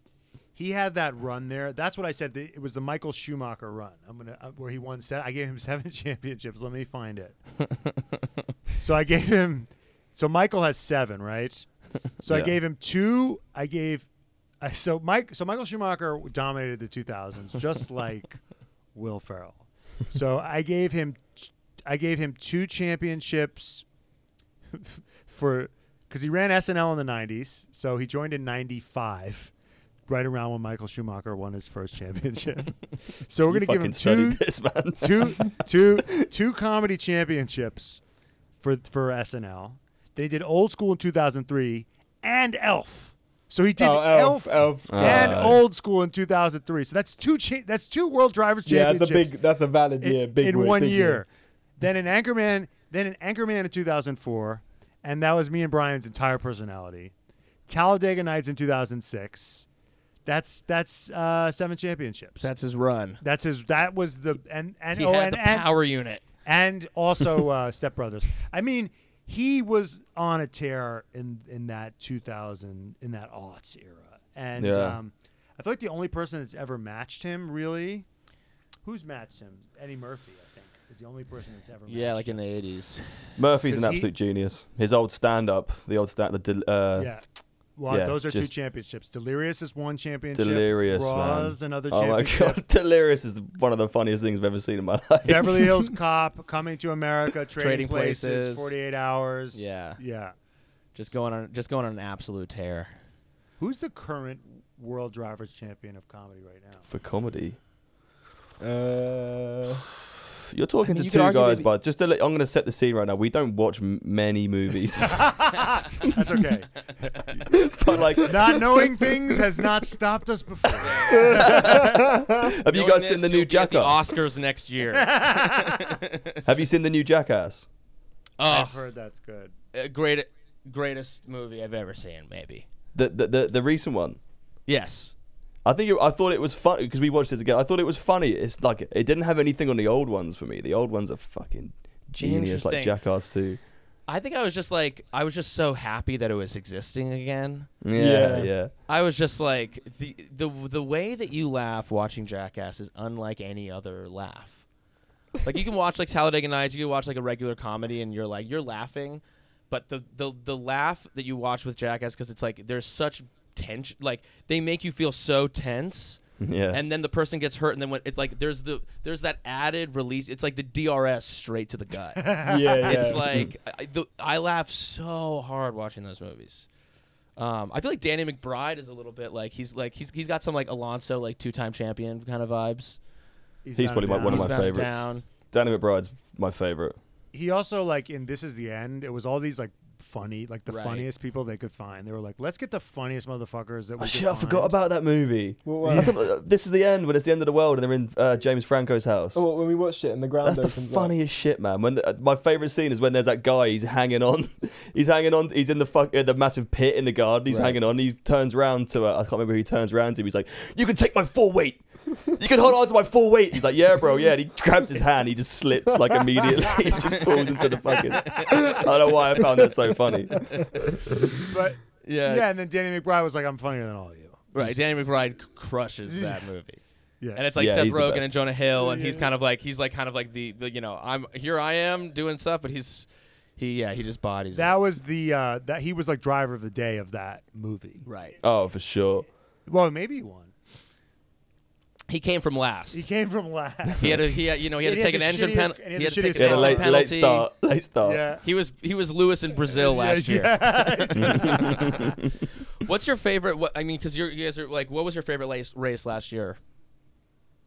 he had that run there. That's what I said. that It was the Michael Schumacher run. I'm gonna uh, where he won. Se- I gave him seven championships. Let me find it. so I gave him. So Michael has seven, right? So
Yeah.
I gave him two. I gave. I so Mike. So Michael Schumacher dominated the 2000s, just like Will Ferrell. So I gave him. t- I gave him two championships for because he ran SNL in the 90s, so he joined in 95, right around when Michael Schumacher won his first championship. so we're
You
going to give him
fucking studied
two,
This man.
two, two, two comedy championships for for SNL. They did Old School in 2003 and Elf. So he did
Oh,
Elf,
elf, elf.
and
Ah.
Old School in 2003. So that's two cha- that's two World Drivers
yeah, that's
Championships
a big. That's a valid
in,
year. Big
in
word,
one
big
year. Then in Anchorman, then in Anchorman in 2004, and that was me and Brian's entire personality. Talladega Nights in 2006. That's that's uh, seven championships.
That's his run.
that's his. That was the and and
He
oh
had
and
the
and,
power unit.
and also uh, Step Brothers. I mean, he was on a tear in in that 2000 in that aughts era, and
Yeah.
um, I feel like the only person that's ever matched him really, who's matched him? Eddie Murphy, I think, is the only person that's ever.
Yeah,
matched
like
him.
in the 80s.
Murphy's an
Does he-
absolute genius. His old stand-up, the old stand, the del- uh,
yeah. Well,
yeah,
those are two
just-
championships. Delirious is one championship.
Delirious,
Raws
man.
another
oh my
championship.
god, Delirious is one of the funniest things I've ever seen in my life.
Beverly Hills Cop, Coming to America, Trading,
Trading
places,
Places.
48 Hours.
Yeah.
Yeah.
Just going on just going on an absolute tear.
Who's the current world drivers champion of comedy right now?
For comedy,
Year. Uh,
you're talking
I mean, you
to
could
two
argue
guys,
maybe-
but just to let, I'm going to set the scene right now. We don't watch m- many movies,
That's okay.
but like,
Not knowing things has not stopped us before.
have you guys seen the new Jackass?
The Oscars next year.
Have you seen the new Jackass?
I've
oh,
heard that's good.
uh, great, greatest movie I've ever seen, maybe.
The the the, the recent one.
Yes.
I think it, I thought it was fun because we watched it together. I thought it was funny. It's like it didn't have anything on the old ones for me. The old ones are fucking genius, like
Interesting.
Jackass too.
I think I was just like I was just so happy that it was existing again.
Yeah,
Yeah.
yeah.
I was just like the the the way that you laugh watching Jackass is unlike any other laugh. Like you can watch like Talladega Nights, you can watch like a regular comedy, and you're like you're laughing, but the the the laugh that you watch with Jackass because it's like there's such tension, like they make you feel so tense.
Yeah.
And then the person gets hurt, and then when it like there's the there's that added release. It's like the DRS straight to the gut.
yeah, yeah.
It's like I, the, I laugh so hard watching those movies. Um, I feel like Danny McBride is a little bit like he's like he's he's got some like Alonso like two time champion kind of vibes.
down
He's probably my,
and
one of
He's
out.
my
bound
favorites.
down.
Danny McBride's my favorite.
He also like in This Is the End. It was all these like funny, like the
Right.
funniest people they could find. They were like, let's get the funniest motherfuckers that we.
Oh,
could
shit, I
find.
forgot about that movie.
What was
That's not- uh, this is the end when it's the end of the world and they're in uh, James Franco's house.
Oh, when we watched it and the ground.
That's the
opens up.
funniest shit, man. When the, uh, my favorite scene is when there's that guy. He's hanging on. He's hanging on. He's in the fuck uh, the massive pit in the garden. He's
Right.
hanging on. He turns round to. Uh, I can't remember who he turns round to. He's like, "You can take my full weight. You can hold on to my full weight." He's like, "Yeah, bro. Yeah." And he grabs his hand. He just slips like immediately. he just falls into the fucking. I don't know why I found that so funny.
But
Yeah,
yeah. and then Danny McBride was like, I'm funnier than all of you.
right. Danny McBride c- crushes that movie.
Yeah,
And it's like
Yeah,
Seth
he's the
Rogen
best.
and Jonah Hill, and he's kind of like he's like kind of like the, the you know I'm here I am doing stuff, but he's he yeah he just bodies it.
that was the uh that he was like driver of the day of that movie.
right.
Oh, for sure.
Well, maybe he won.
He came from last.
He came from last.
He had a, he had, you know he had
And
to
he
take
had
an
the
engine
shittiest-
penalty.
and he had
He had to
the
take
shittiest
an
He had a
engine
late,
It's car.
late
penalty.
start. Late start.
yeah.
He was he was Lewis in Brazil last year. What's your favorite? What I mean, because you guys are like, what was your favorite race, race last year?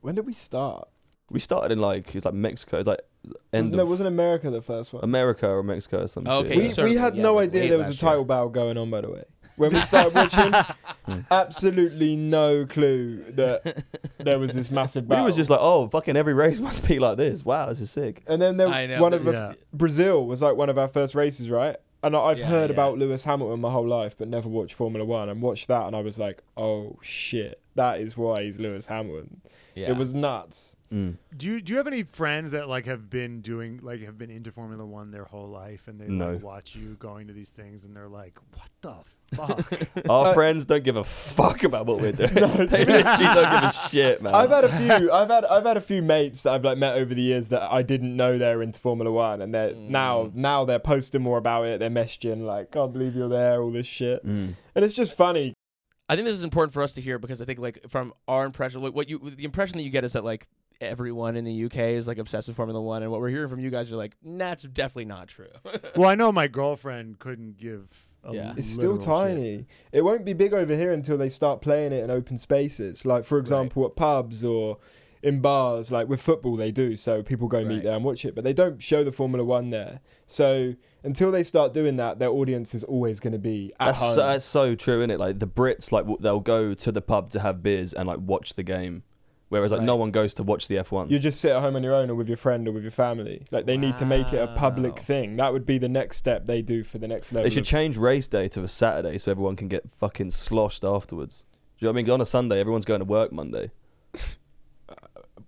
When did we start?
We started in like it's like Mexico. It's like end
no,
of
wasn't America the first one?
America or Mexico or something.
Okay,
we,
so-
we had
yeah,
no
we-
idea
we-
there was a
last
title
year.
battle going on, by the way. when we started watching. absolutely no clue that there was this massive
We
battle.
was just like, oh, fucking every race must be like this. Wow, this is sick.
and then there,
I know,
one
but-
of the-
Yeah.
Brazil was like one of our first races, right? And I- I've
Yeah,
heard
yeah.
about Lewis Hamilton my whole life, but never watched Formula One. And watched that, and I was like, oh shit, that is why he's Lewis Hamilton.
Yeah.
It was nuts.
Do you do you have any friends that like have been doing like have been into Formula One their whole life and they
No.
like, watch you going to these things and they're like, what the fuck?
Uh,
Our friends don't give a fuck about what we're doing. they literally don't give a shit, man.
I've had a few. I've had I've had a few mates that I've like met over the years that I didn't know they're into Formula One, and they're now now they're posting more about it. They're messaging like, "Can't believe you're there," all this shit,
Mm.
and it's just funny.
I think this is important for us to hear because I think like from our impression, like what you the impression that you get is that like everyone in the UK is like obsessed with Formula One, and what we're hearing from you guys are like, nah, it's definitely not true.
well, I know my girlfriend couldn't give. A
Yeah.
It's still
literal shit.
tiny. It won't be big over here until they start playing it in open spaces, like for example at pubs or in bars. Like with football, they do so people go meet
Right.
there and watch it, but they don't show the Formula One there. So until they start doing that, their audience is always going to be at
That's uh,
home.
so, that's so true, isn't it? Like the Brits, like w- they'll go to the pub to have beers and like watch the game, whereas like no one goes to watch the F one.
you just sit at home on your own or with your friend or with your family. Like they need to make it a public
Wow.
thing. That would be the next step they do for the next level.
They should
of-
change race day to a Saturday so everyone can get fucking sloshed afterwards. Do you know what I mean? On a Sunday, everyone's going to work Monday.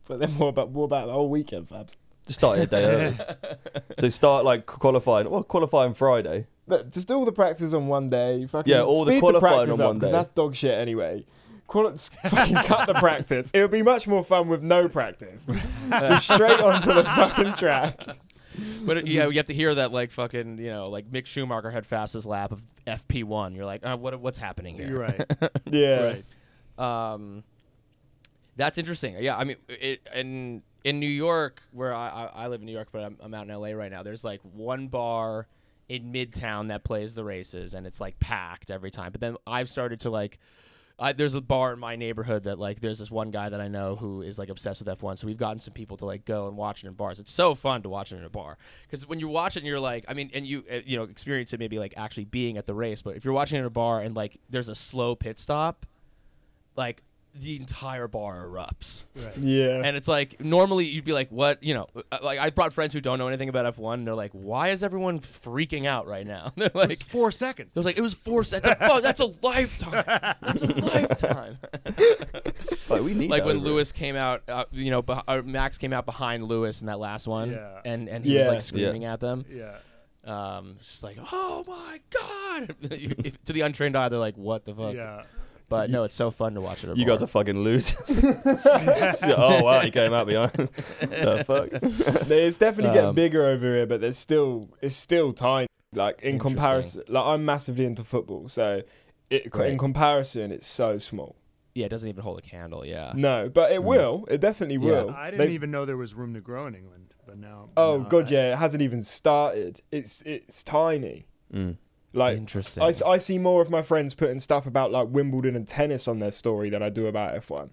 but then what about what about the whole weekend, Fabs?
Just start it a day early. So start like qualifying. Well, qualifying Friday.
Look, just do all the practice on one day. Fucking
Yeah, all the
speed
qualifying
practice
on
up,
one
'cause
day.
That's dog shit anyway. Quali- fucking cut the practice. It would be much more fun with no practice. just straight onto the fucking track.
but yeah, you have to hear that like fucking you know like Mick Schumacher had fastest lap of FP one. You're like, uh, what what's happening here?
You're right.
Yeah.
right.
Um, that's interesting. Yeah, I mean, it, in in New York, where I, I, I live in New York, but I'm, I'm out in LA right now. There's like one bar in Midtown that plays the races, and it's like packed every time. But then I've started to like. I, there's a bar in my neighborhood that like there's this one guy that I know who is like obsessed with F1. So we've gotten some people to like go and watch it in bars. It's so fun to watch it in a bar because when you watch it, and you're like, I mean, and you uh, you know experience it maybe like actually being at the race. But if you're watching it in a bar and like there's a slow pit stop, like the entire bar erupts.
Yeah.
And it's like normally you'd be like, "What?" You know, uh, like I brought friends who don't know anything about F one. They're like, "Why is everyone freaking out right now?" They're
It was
like,
four seconds.
"They're like, it was four seconds. Oh, that's a lifetime. That's a lifetime."
Like we need
like
that
when
over here.
Lewis came out, uh, you know, beh- uh, Max came out behind Lewis in that last one,
Yeah.
and and he was
Yeah.
like screaming at them.
Yeah.
Um, it's just like, "Oh my god!" to the untrained eye, they're like, "What the fuck?"
Yeah.
But no, it's so fun to watch it. at a
You guys
bar.
are fucking losers. oh wow, he came out behind. the fuck.
It's definitely
Um,
getting bigger over here, but there's still it's still tiny. Like in comparison, like I'm massively into football, so it,
Right.
in comparison, it's so small.
yeah, it doesn't even hold a candle. Yeah.
No, but it will. It definitely
Ah. Mm. Yeah.
will.
I didn't
They-
even know there was room to grow in England, but now.
Oh
now
god,
I-
yeah, it hasn't even started. It's it's tiny.
Mm.
Like
Interesting.
I, s- I see more of my friends putting stuff about like Wimbledon and tennis on their story than I do about F1.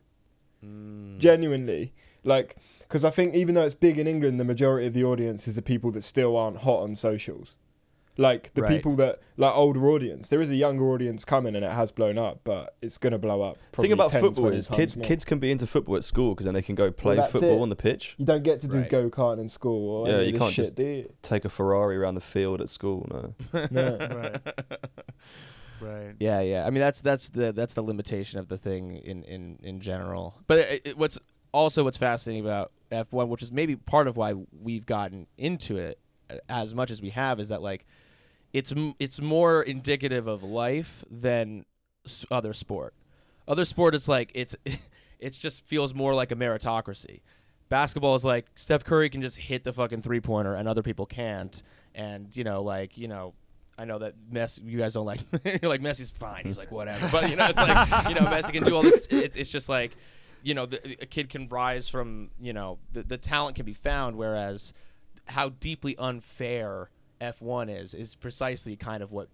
Mm.
Genuinely, like because I think even though it's big in England, the majority of the audience is the people that still aren't hot on socials. Like the
Right.
people that like older audience. There is a younger audience coming, and it has blown up, but it's gonna blow up.
thing
probably
about
10,
football
20
is
times
kids
more.
kids can be into football at school because then they can go play
that's
football
it.
on the pitch.
You don't get to do
Right.
go kart in school or
Yeah,
any
you
of this
can't
shit,
just-
do you?
Take a Ferrari around the field at school. No.
No.
Right. right.
Yeah, yeah. I mean, that's that's the that's the limitation of the thing in in in general. But it, it- what's also what's fascinating about F1, which is maybe part of why we've gotten into it uh, as much as we have, is that like it's m- it's more indicative of life than s- other sport. Other sport, it's like it's it just feels more like a meritocracy. Basketball is like Steph Curry can just hit the fucking three pointer and other people can't, and you know like you know. I know that Messi, you guys don't like. you're like Messi's fine. He's like whatever. But you know, it's like you know Messi can do all this. It's, it's just like, you know, the, a kid can rise from. You know, the, the talent can be found. Whereas, how deeply unfair F1 is is precisely kind of what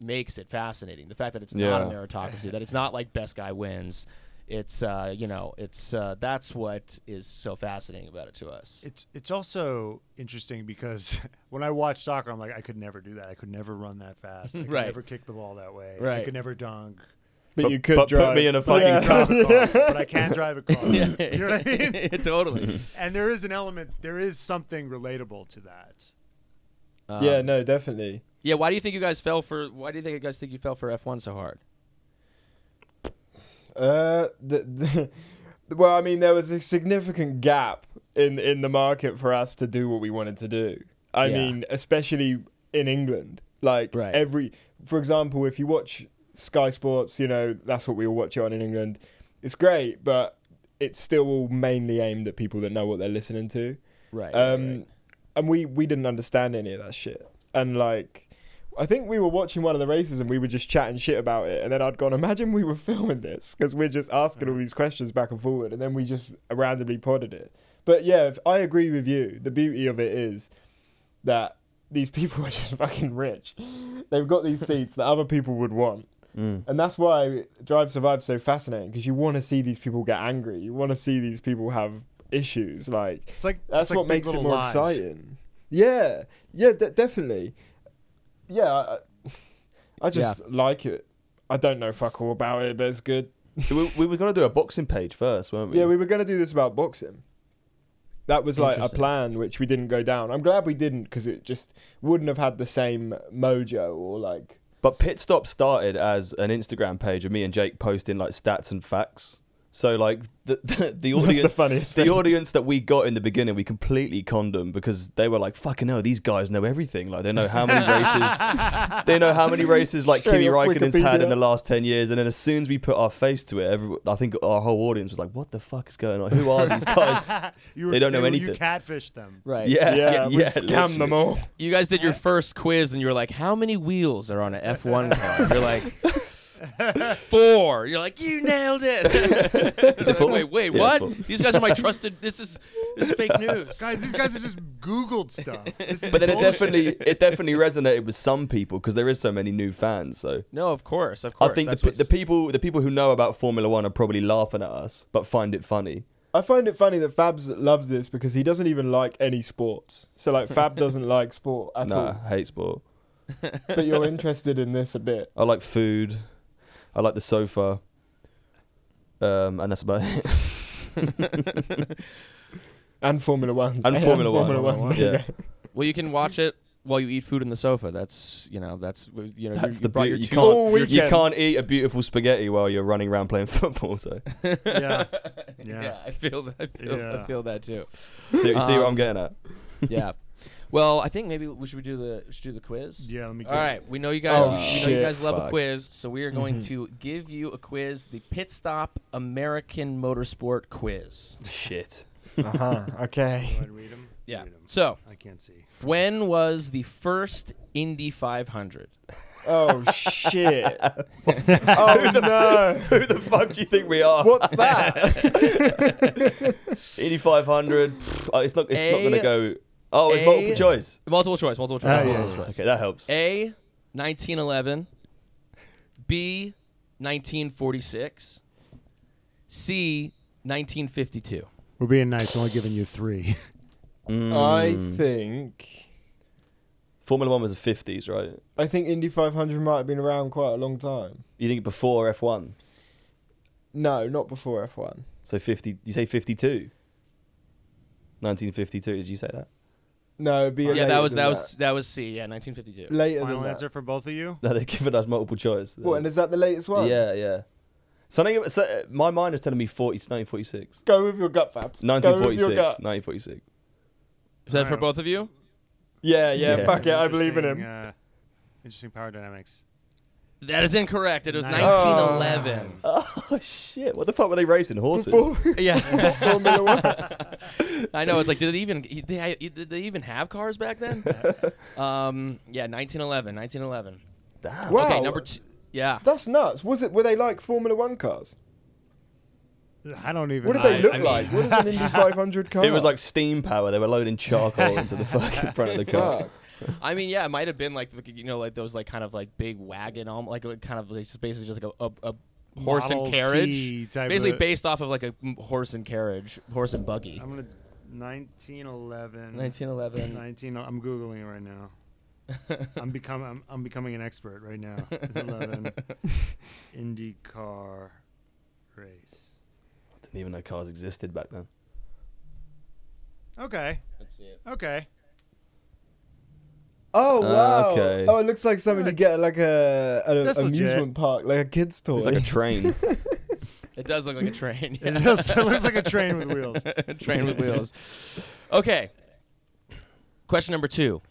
makes it fascinating. The fact that it's not a
Yeah.
meritocracy, that it's not like best guy wins. It's uh, you know, it's uh, that's what is so fascinating about it to us.
It's it's also interesting because when I watch soccer, I'm like, I could never do that. I could never run that fast. I could
Right.
never kick the ball that way. I
Right.
could never dunk.
But, you could
but
drive.
put me in a fucking
Yeah.
car.
Drive a car, but I can drive a car. You know what I mean?
totally.
And there is an element. There is something relatable to that.
Um,
yeah, no, definitely.
Yeah, why do you think you guys fell for? Why do you think you guys think you fell for F one so hard?
Uh, the, the, well, I mean, there was a significant gap in in the market for us to do what we wanted to do. I
Yeah.
mean, especially in England, like
Right.
every, for example, if you watch Sky Sports, you know that's what we all watch it on in England. It's great, but it's still all mainly aimed at people that know what they're listening to.
Right.
Um, and we we didn't understand any of that shit. And like, I think we were watching one of the races and we were just chatting shit about it. And then I'd gone, imagine we were filming this because we're just asking
Mm.
all these questions back and forward. And then we just randomly podded it. But yeah, if- I agree with you. The beauty of it is that these people are just fucking rich. They've got these seats that other people would want.
Mm.
And that's why Drive Survive's so fascinating because you want to see these people get angry. You want to see these people have issues. Like
It's like
that's
it's like
what
Big
makes it
Little
more
Lies.
exciting. Yeah, yeah, de- definitely. Yeah, I, I just like it. I don't know fuck all about it, but it's good.
we, we were gonna do a boxing page first, weren't we?
Yeah, we were gonna do this about boxing. That was like a
Interesting.
plan which we didn't go down. I'm glad we didn't because it just wouldn't have had the same mojo or like.
But pit stop started as an Instagram page of me and Jake posting like stats and facts. So like the the, the
That's the
audience.
funniest
The
thing.
audience that we got in the beginning, we completely conned them because they were like, "Fucking hell, these guys know everything. Like, they know how many races, they know how many races like
Straight
Kimi
off
Raikkonen's had in
Wikipedia.
the last ten years." And then as soon as we put our face to it, every, I think our whole audience was like, "What the fuck is going on? Who are these guys?"
You were,
They don't know
were-
anything.
You catfished them.
right.
yeah,
yeah,
yeah,
we scammed them
literally.
all.
You guys did your first quiz and you were like, "How many wheels are on an F one car?" You're like. Four. You're like you nailed it. It's like,
four?
Wait, wait,
Yeah, it's
what?
four.
These guys are my trusted. This is this is fake news.
Guys, these guys are just Googled stuff. This is
But then it
bullshit.
definitely it definitely resonated with some people because there is so many new fans. So
no, of course, of
I
course.
think the,
that's
pe-
what's-
the people the people who know about Formula One are probably laughing at us, but find it funny.
I find it funny that Fabs loves this because he doesn't even like any sports. So like Fab doesn't like sport at
Nah,
all.
I hate sport.
But you're interested in this a bit.
I like food. I like the sofa. Um, and that's about it.
And Formula One.
And Formula One. yeah,
Well, you can watch it while you eat food on the sofa. That's you know that's you know you,
that's
you
the
brought
beauty.
your
You
two-
All
can't you
weekend.
can't eat a beautiful spaghetti while you're running around playing football. So,
Yeah.
Yeah.
Yeah.
I feel that. I feel, I
Yeah.
feel that too.
so you see what
Um,
I'm getting at.
Yeah. Well, I think maybe we should do the we should do the quiz.
Yeah, let me.
All
get-
right. We know you guys.
Oh,
we know you
shit,
guys love a
fuck.
quiz, so we are going to give you a quiz: the pit stop American motorsport quiz.
Shit.
Uh-huh.
Go
Okay.
ahead and read 'em.
Yeah.
Read 'em.
So,
I can't see.
when was the first Indy 500?
Oh shit. oh no.
Who the fuck do you think we are?
What's that?
8500. pfft, uh, it's not. It's not
A-
gonna go. Oh, it's multiple
A-
choice.
Multiple choice. Multiple choice.
Ah, yeah,
multiple choice.
Okay, that helps.
A, 1911. B, 1946. C, 1952.
We're being nice. We're only giving you three.
Hmm.
I think
Mm. Formula One was the 50s, right?
I think Indy 500 might have been around quite a long time.
You think before F1?
No, not before F1.
So 50, you say 52? 1952, did you say that?
No, it'd be
yeah,
later
that was
than
that was that was C. Yeah, 1952.
later than
Final
that.
answer for both of you.
No, they've given us multiple choice.
What? And is that the latest one?
yeah, yeah. Something, about- so, uh, my mind is telling me 40, it's 1946.
Go with your gut, Fabs. Go with
1946.
your gut.
1946.
Is that for
Alright.
both of you?
Yeah, yeah.
Yeah.
Fuck
Some
it. I believe in him.
interesting, Uh, interesting power dynamics.
That is incorrect. It was
Nice.
1911.
Oh, shit. What the fuck were they racing? Horses?
Before
Yeah,
Formula One.
I know. It's like, did they even did they, did they even have cars back then? um, yeah, 1911, 1911.
Damn.
Wow.
Okay, number two. Yeah,
That's nuts. Was it? Were they like Formula One cars?
I don't even.
What did
I-
they look
I mean-
like? What is an Indy 500 car?
It was like steam power. They were loading charcoal into the fucking front of the car.
Fuck.
I mean, yeah, it might have been like the- you know, like those like kind of like big wagon, alm- like, like kind of like just basically just like a, a, a horse
Model
and carriage,
T type
basically
of-
based off of like a m- horse and carriage, horse and buggy.
I'm gonna 1911.
1911.
19 I'm googling it right now. I'm become I'm, I'm becoming an expert right now. It's 11 IndyCar race.
Didn't even know cars existed back then.
Okay.
Let's see it.
Okay.
Oh
Ah,
wow!
okay.
Oh, it looks like something you get at like a at
That's
an
legit.
amusement park, like a kids' toy.
It's like a train.
It does look like a train.
It, just, it looks like a train with wheels.
train with wheels. Okay. Question number two: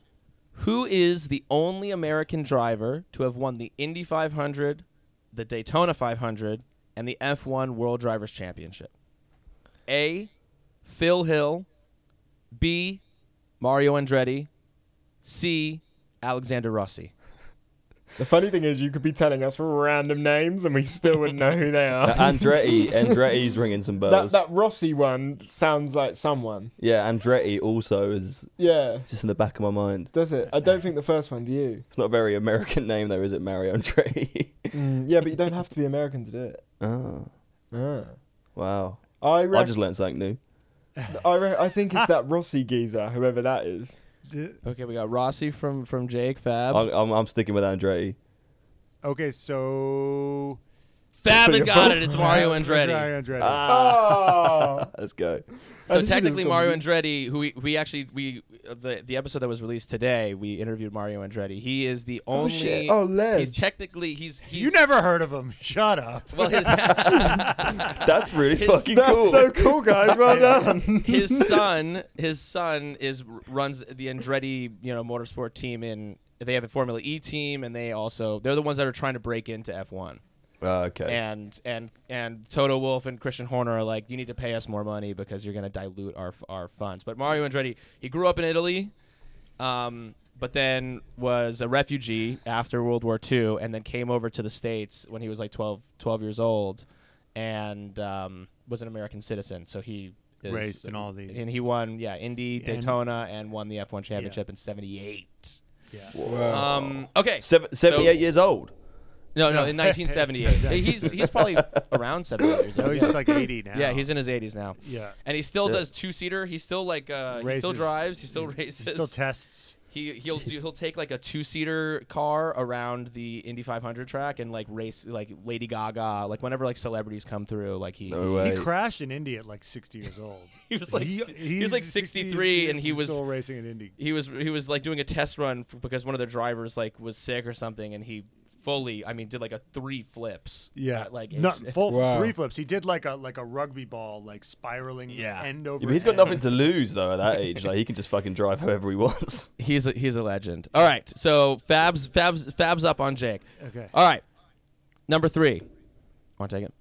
Who is the only American driver to have won the Indy 500, the Daytona 500, and the F1 World Drivers Championship? A. Phil Hill. B. Mario Andretti. C. Alexander Rossi.
the funny thing is, you could be telling us random names and we still wouldn't know who they
Uh,
are.
Andretti, Andretti's ringing some
that
bells.
that Rossi one sounds like someone.
Yeah, Andretti also is
Yeah,
just in the back of my mind.
does it? I don't think the first one. Do you?
It's not a very American name though, is it, Mario Andretti?
Mm, yeah, but you don't have to be American to do it.
oh,
Ah.
wow.
I
I
reckon.
just learned something new.
I, re- I think it's that Rossi geezer, whoever that is.
The-
Okay, we got Rossi from from Jake
Um,
Fab.
I'm, I'm, I'm sticking with Andretti.
Okay, so
Fab
So
had
you're
got
both-
it. It's Mario Andretti. Ah,
Mario Andretti.
Oh,
Let's go.
I
So
just think it
technically,
was
Mario
gonna
Andretti, who we, we actually we uh, the the episode that was released today, we interviewed Mario Andretti. He is the
oh
only.
shit! Oh,
he's
ledge.
technically he's he's
you never heard of him. Shut up.
well his
That's really
His-
fucking
That's
cool.
so cool, guys. Well done.
his son his son is runs the Andretti you know motorsport team in they have a Formula E team and they also they're the ones that are trying to break into F1
Ah, okay.
and and and Toto Wolf and Christian Horner are like, you need to pay us more money because you're going to dilute our our funds. But Mario Andretti, he grew up in Italy, um, but then was a refugee after World War II, and then came over to the states when he was like 12, 12 years old, and um, was an American citizen. So he is,
Raced in all the-
and he won yeah Indy Daytona and won the F1 championship in '78.
Oh.
Um, okay,
Seven,
so-
78 years old.
no, no, in 1978. he's he's probably around 78 years old.
No, he's like 80 now.
Yeah, he's in his 80s now.
Yeah.
And he still
Yeah.
does two seater. He still like uh, he still
Races.
drives. He still races.
He still tests.
he he'll do, he'll take like a two seater car around the Indy 500 track and like race like Lady Gaga. Like whenever like celebrities come through, like he
No
He
way.
crashed in India at like 60 years old.
He was like si- he was like
he's
63 and he
he's
was-
still racing in Indy.
he was he was like doing a test run f because one of the drivers like was sick or something, and he fully I mean did like a three flips.
Yeah,
at, like
not
age-
full
Wow.
three flips. He did like a like a rugby ball, like spiraling
Yeah.
end over.
Yeah, but he's got
end.
nothing to lose though at that age. Like he can just fucking drive however he wants.
He's a, he's a legend. All right, so Fabs Fabs Fabs up on Jake.
Okay.
All right, number three. Want to take it?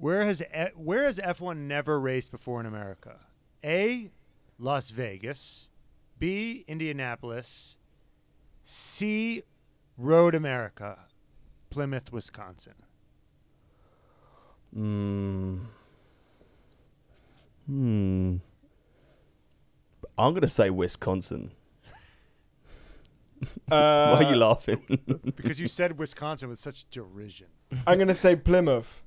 Where has E- where has F one never raced before in America? A, Las Vegas. B, Indianapolis. C, Road America, Plymouth, Wisconsin.
Hmm. Hmm. I'm gonna say Wisconsin. Why are
Uh,
you laughing?
Because you said Wisconsin with such derision.
I'm gonna say Plymouth.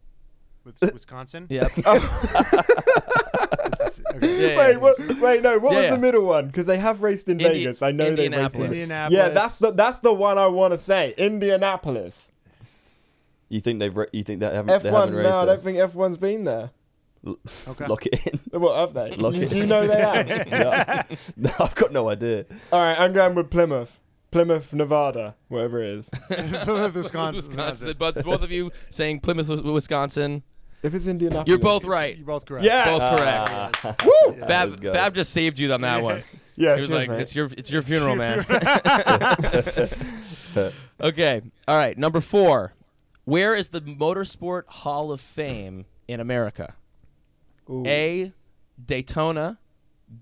With Wisconsin?
Yeah.
It's- okay.
Yeah,
wait,
yeah.
what, wait, no. What
Yeah,
was
yeah.
the middle one? Because they have raced in
Indi-
Vegas. I know they raced in
Indianapolis.
Indianapolis.
Yeah, that's the that's the one I want to say. Indianapolis.
You think they've? Re- you think that haven't? They
F1.
haven't
No, I
raced
don't think F1's been there.
it.
Okay.
Lock it in.
What have they?
Lock
you,
it.
do you know they have?
no, No, I've got no idea.
All right, I'm going with Plymouth. Plymouth, Nevada, whatever it is.
Plymouth, Wisconsin.
Wisconsin. Both, both of you saying Plymouth, Wi- Wisconsin.
If it's Indianapolis,
You're both right.
You're both correct.
Yeah. Uh,
Both correct.
Woo!
Yeah.
let's
Fab
go.
Fab just saved you on that one.
Yeah,
He was
cheers,
like,
mate.
"It's your it's your funeral, man." okay. All right. Number four. Where is the Motorsport Hall of Fame in America?
Ooh.
A. Daytona.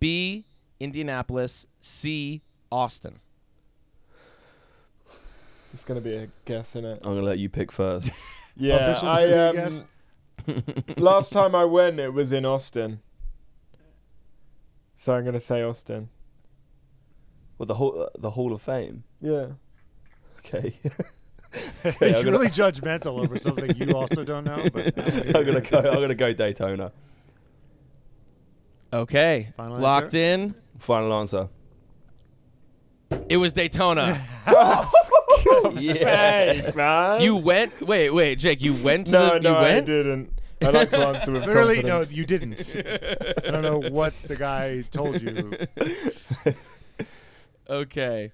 B. Indianapolis. C. Austin.
It's gonna be a guess, innit?
I'm gonna let you pick first.
Yeah,
Oh, this one's
I
gonna
um,
be a guess?
last time I went, it was in Austin. So I'm gonna say Austin.
uh, Well, the whole the Hall of Fame.
Yeah.
Okay. I'm
You're
gonna-
really judgmental over something you also don't know. But
I'm gonna go. I'm gonna go Daytona.
Okay.
Final
Locked
answer?
in.
Final answer.
It was Daytona.
Hey, man.
you went. Wait, wait, Jake. You went to
Oh. no,
the.
no,
you
I
went.
didn't. I like to answer with
Clearly, no,
confidence.
you didn't. I don't know what the guy told you.
Okay.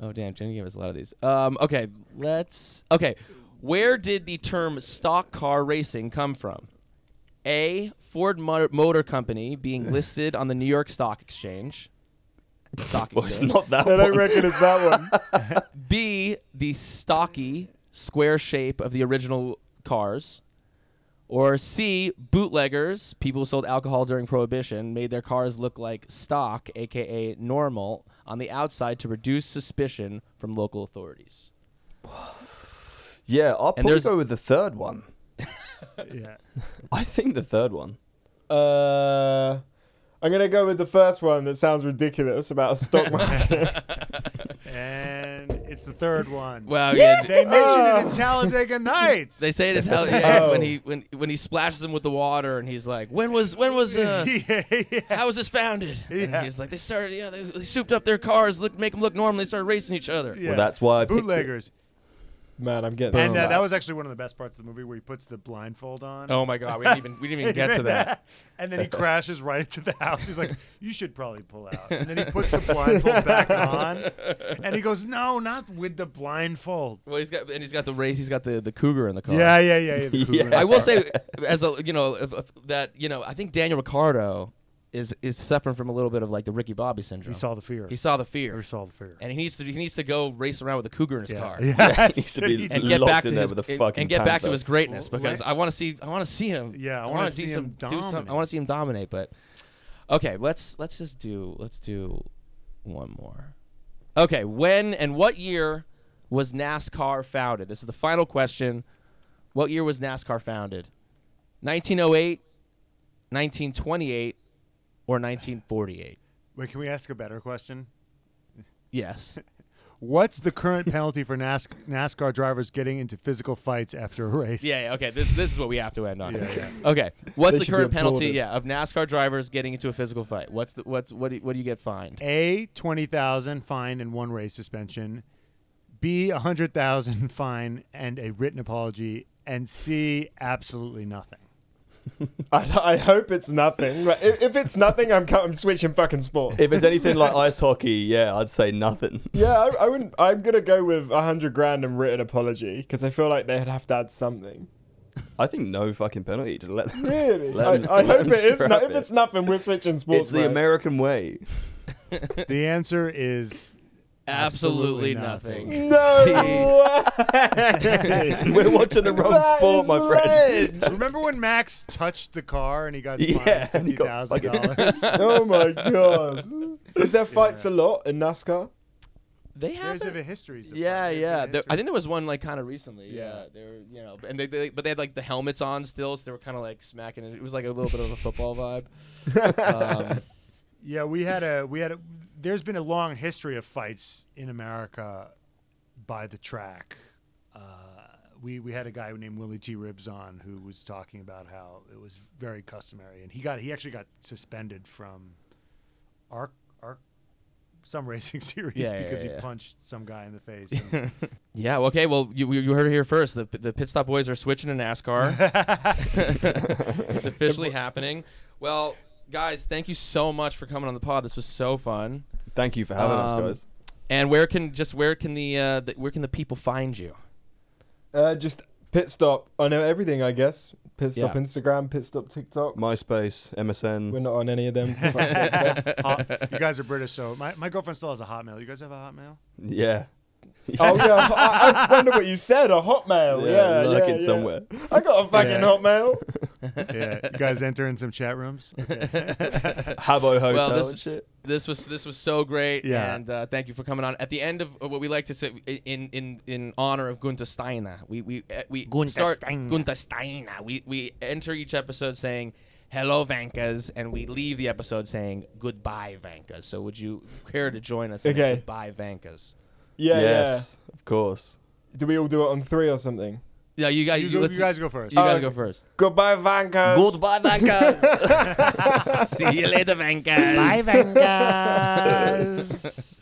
Oh damn, Jenny gave us a lot of these. Um. Okay. Let's. Okay. Where did the term stock car racing come from? A. Ford Mo- Motor Company being listed on the New York Stock Exchange. Stock
Well, it's
Exchange.
not that
I don't
one.
reckon it's that one.
B, the stocky square shape of the original cars. Or C, bootleggers, people who sold alcohol during Prohibition, made their cars look like stock, aka normal, on the outside to reduce suspicion from local authorities.
yeah, I'll probably
there's-
go with the third one.
Yeah.
I think the third one.
Uh, I'm gonna go with the first one that sounds ridiculous about a stock market.
And it's the third one.
Well,
They mentioned it in Talladega Nights.
They say to tell yeah,
Oh.
when he when when he splashes them with the water and he's like, when was when was uh,
yeah, yeah.
how was this founded?
Yeah.
And he's like, they started yeah, they, they souped up their cars, look make them look normal, they started racing each other.
yeah.
Well, that's why I picked it.
bootleggers.
Man, I'm getting.
And uh,
slapped.
that was actually one of the best parts of the movie where he puts the blindfold on.
Oh my god, we didn't even we didn't even get to that.
And then he crashes right into the house. He's like, "You should probably pull out." And then he puts the blindfold back on, and he goes, "No, not with the blindfold."
Well, he's got and he's got the race. He's got the the cougar in the car.
Yeah, yeah, yeah. yeah, the cougar.
Yeah.
I will say, as a you know, if, if that you know, I think Daniel Ricardo is is suffering from a little bit of like the Ricky Bobby syndrome.
He saw the fear.
He saw the fear,
He saw the fear.
and he needs to he needs to go race around with a cougar in his
yeah.
car.
Yeah.
He needs to be
And
Locked
get back
in
to
there
his
with a
and-
fucking
and get back to
panther.
his greatness
Well,
because
right.
I want to see I want to see him.
Yeah, I
I
wanna
wanna
see
do
him
some do some. I
dominate.
want to see him dominate. But okay, let's let's just do let's do one more. Okay, when and what year was NASCAR founded? This is the final question. What year was NASCAR founded? 1908, 1928, or 1948?
Wait, can we ask a better question?
Yes.
What's the current penalty for NAS- NASCAR drivers getting into physical fights after a race?
Yeah, yeah, okay. This this is what we have to end on.
Yeah, yeah.
Okay. What's
They
the
should
current
be
penalty?
applauded.
Yeah, of NASCAR drivers getting into a physical fight. What's the what's what do, what do you get fined?
A twenty thousand fine and one race suspension. B a hundred thousand fine and a written apology. And C absolutely nothing.
I, I hope it's nothing. Like, if, if it's nothing, I'm cu- I'm switching fucking sport.
If it's anything like ice hockey, yeah, I'd say nothing.
yeah, I, I wouldn't. I'm gonna go with a hundred grand and written apology because I feel like they'd have to add something.
I think no fucking penalty. Just let them.
Really?
Let him-
I, I
let
hope
him
it is.
scrap
No, if
it.
it's nothing, we're switching sports.
It's the
mate.
American way.
The answer is
Absolutely, nothing.
Absolutely
No way.
We're watching the wrong
That
sport,
is
my friend.
ledge.
Remember when Max touched the car and he got
Yeah,
fined
and he
fifty
got
thousand dollars?
oh my god. Is there fights a lot in NASCAR?
They have
There's a history.
Yeah, yeah. There- I think there was one like kind of recently. Yeah,
Yeah.
they were, you know, and they, they but they had like the helmets on still, so they were kind of like smacking it. It was like a little bit of a football vibe. Um,
Yeah, we had a we had a. There's been a long history of fights in America by the track. Uh, we we had a guy named Willie T Ribs on who was talking about how it was very customary, and he got he actually got suspended from our our some racing series
Yeah, yeah,
because
yeah,
he
yeah.
punched some guy in the face. and-
yeah. well, Okay. Well, you you heard it here first. The the pit stop boys are switching to NASCAR. it's officially happening. Well, guys, thank you so much for coming on the pod. This was so fun.
Thank you for having us,
Um,
guys.
And where can just where can the, uh, the where can the people find you?
Uh, just pit stop. I know everything, I guess. Pit stop
Yeah.
Instagram, pit stop TikTok.
MySpace,
We're
MSN.
not on any of them. for fuck's sake.
Hot- uh, you guys are British, so my, my girlfriend still has a Hotmail. You guys have a Hotmail?
Yeah.
oh yeah, I, I wonder what you said. A
Yeah,
hotmail. Oh, Yeah, yeah
lurking
yeah.
somewhere.
I got a fucking
Yeah.
hotmail.
Yeah. You guys enter in some chat rooms? Okay.
Habbo Hotel
this-
and shit.
This was this was so great,
Yeah.
and uh, thank you for coming on. At the end of uh, what we like to say in in in honor of Gunter Steiner, we we uh, we
Gunter
start
Steiner.
Gunter Steiner. We we enter each episode saying hello Vankas, and we leave the episode saying goodbye Vankas. So would you care to join us? in a
Okay.
goodbye Vankas.
Yeah,
yes, of course.
yeah. Do we all do it on three or something?
Yeah, you guys.
You,
You,
go,
let's-
you guys go first.
you guys
Oh,
go
okay.
first.
Goodbye, Vankas.
Goodbye, Vankas.
See you later, Vankas. Bye,
Vankas.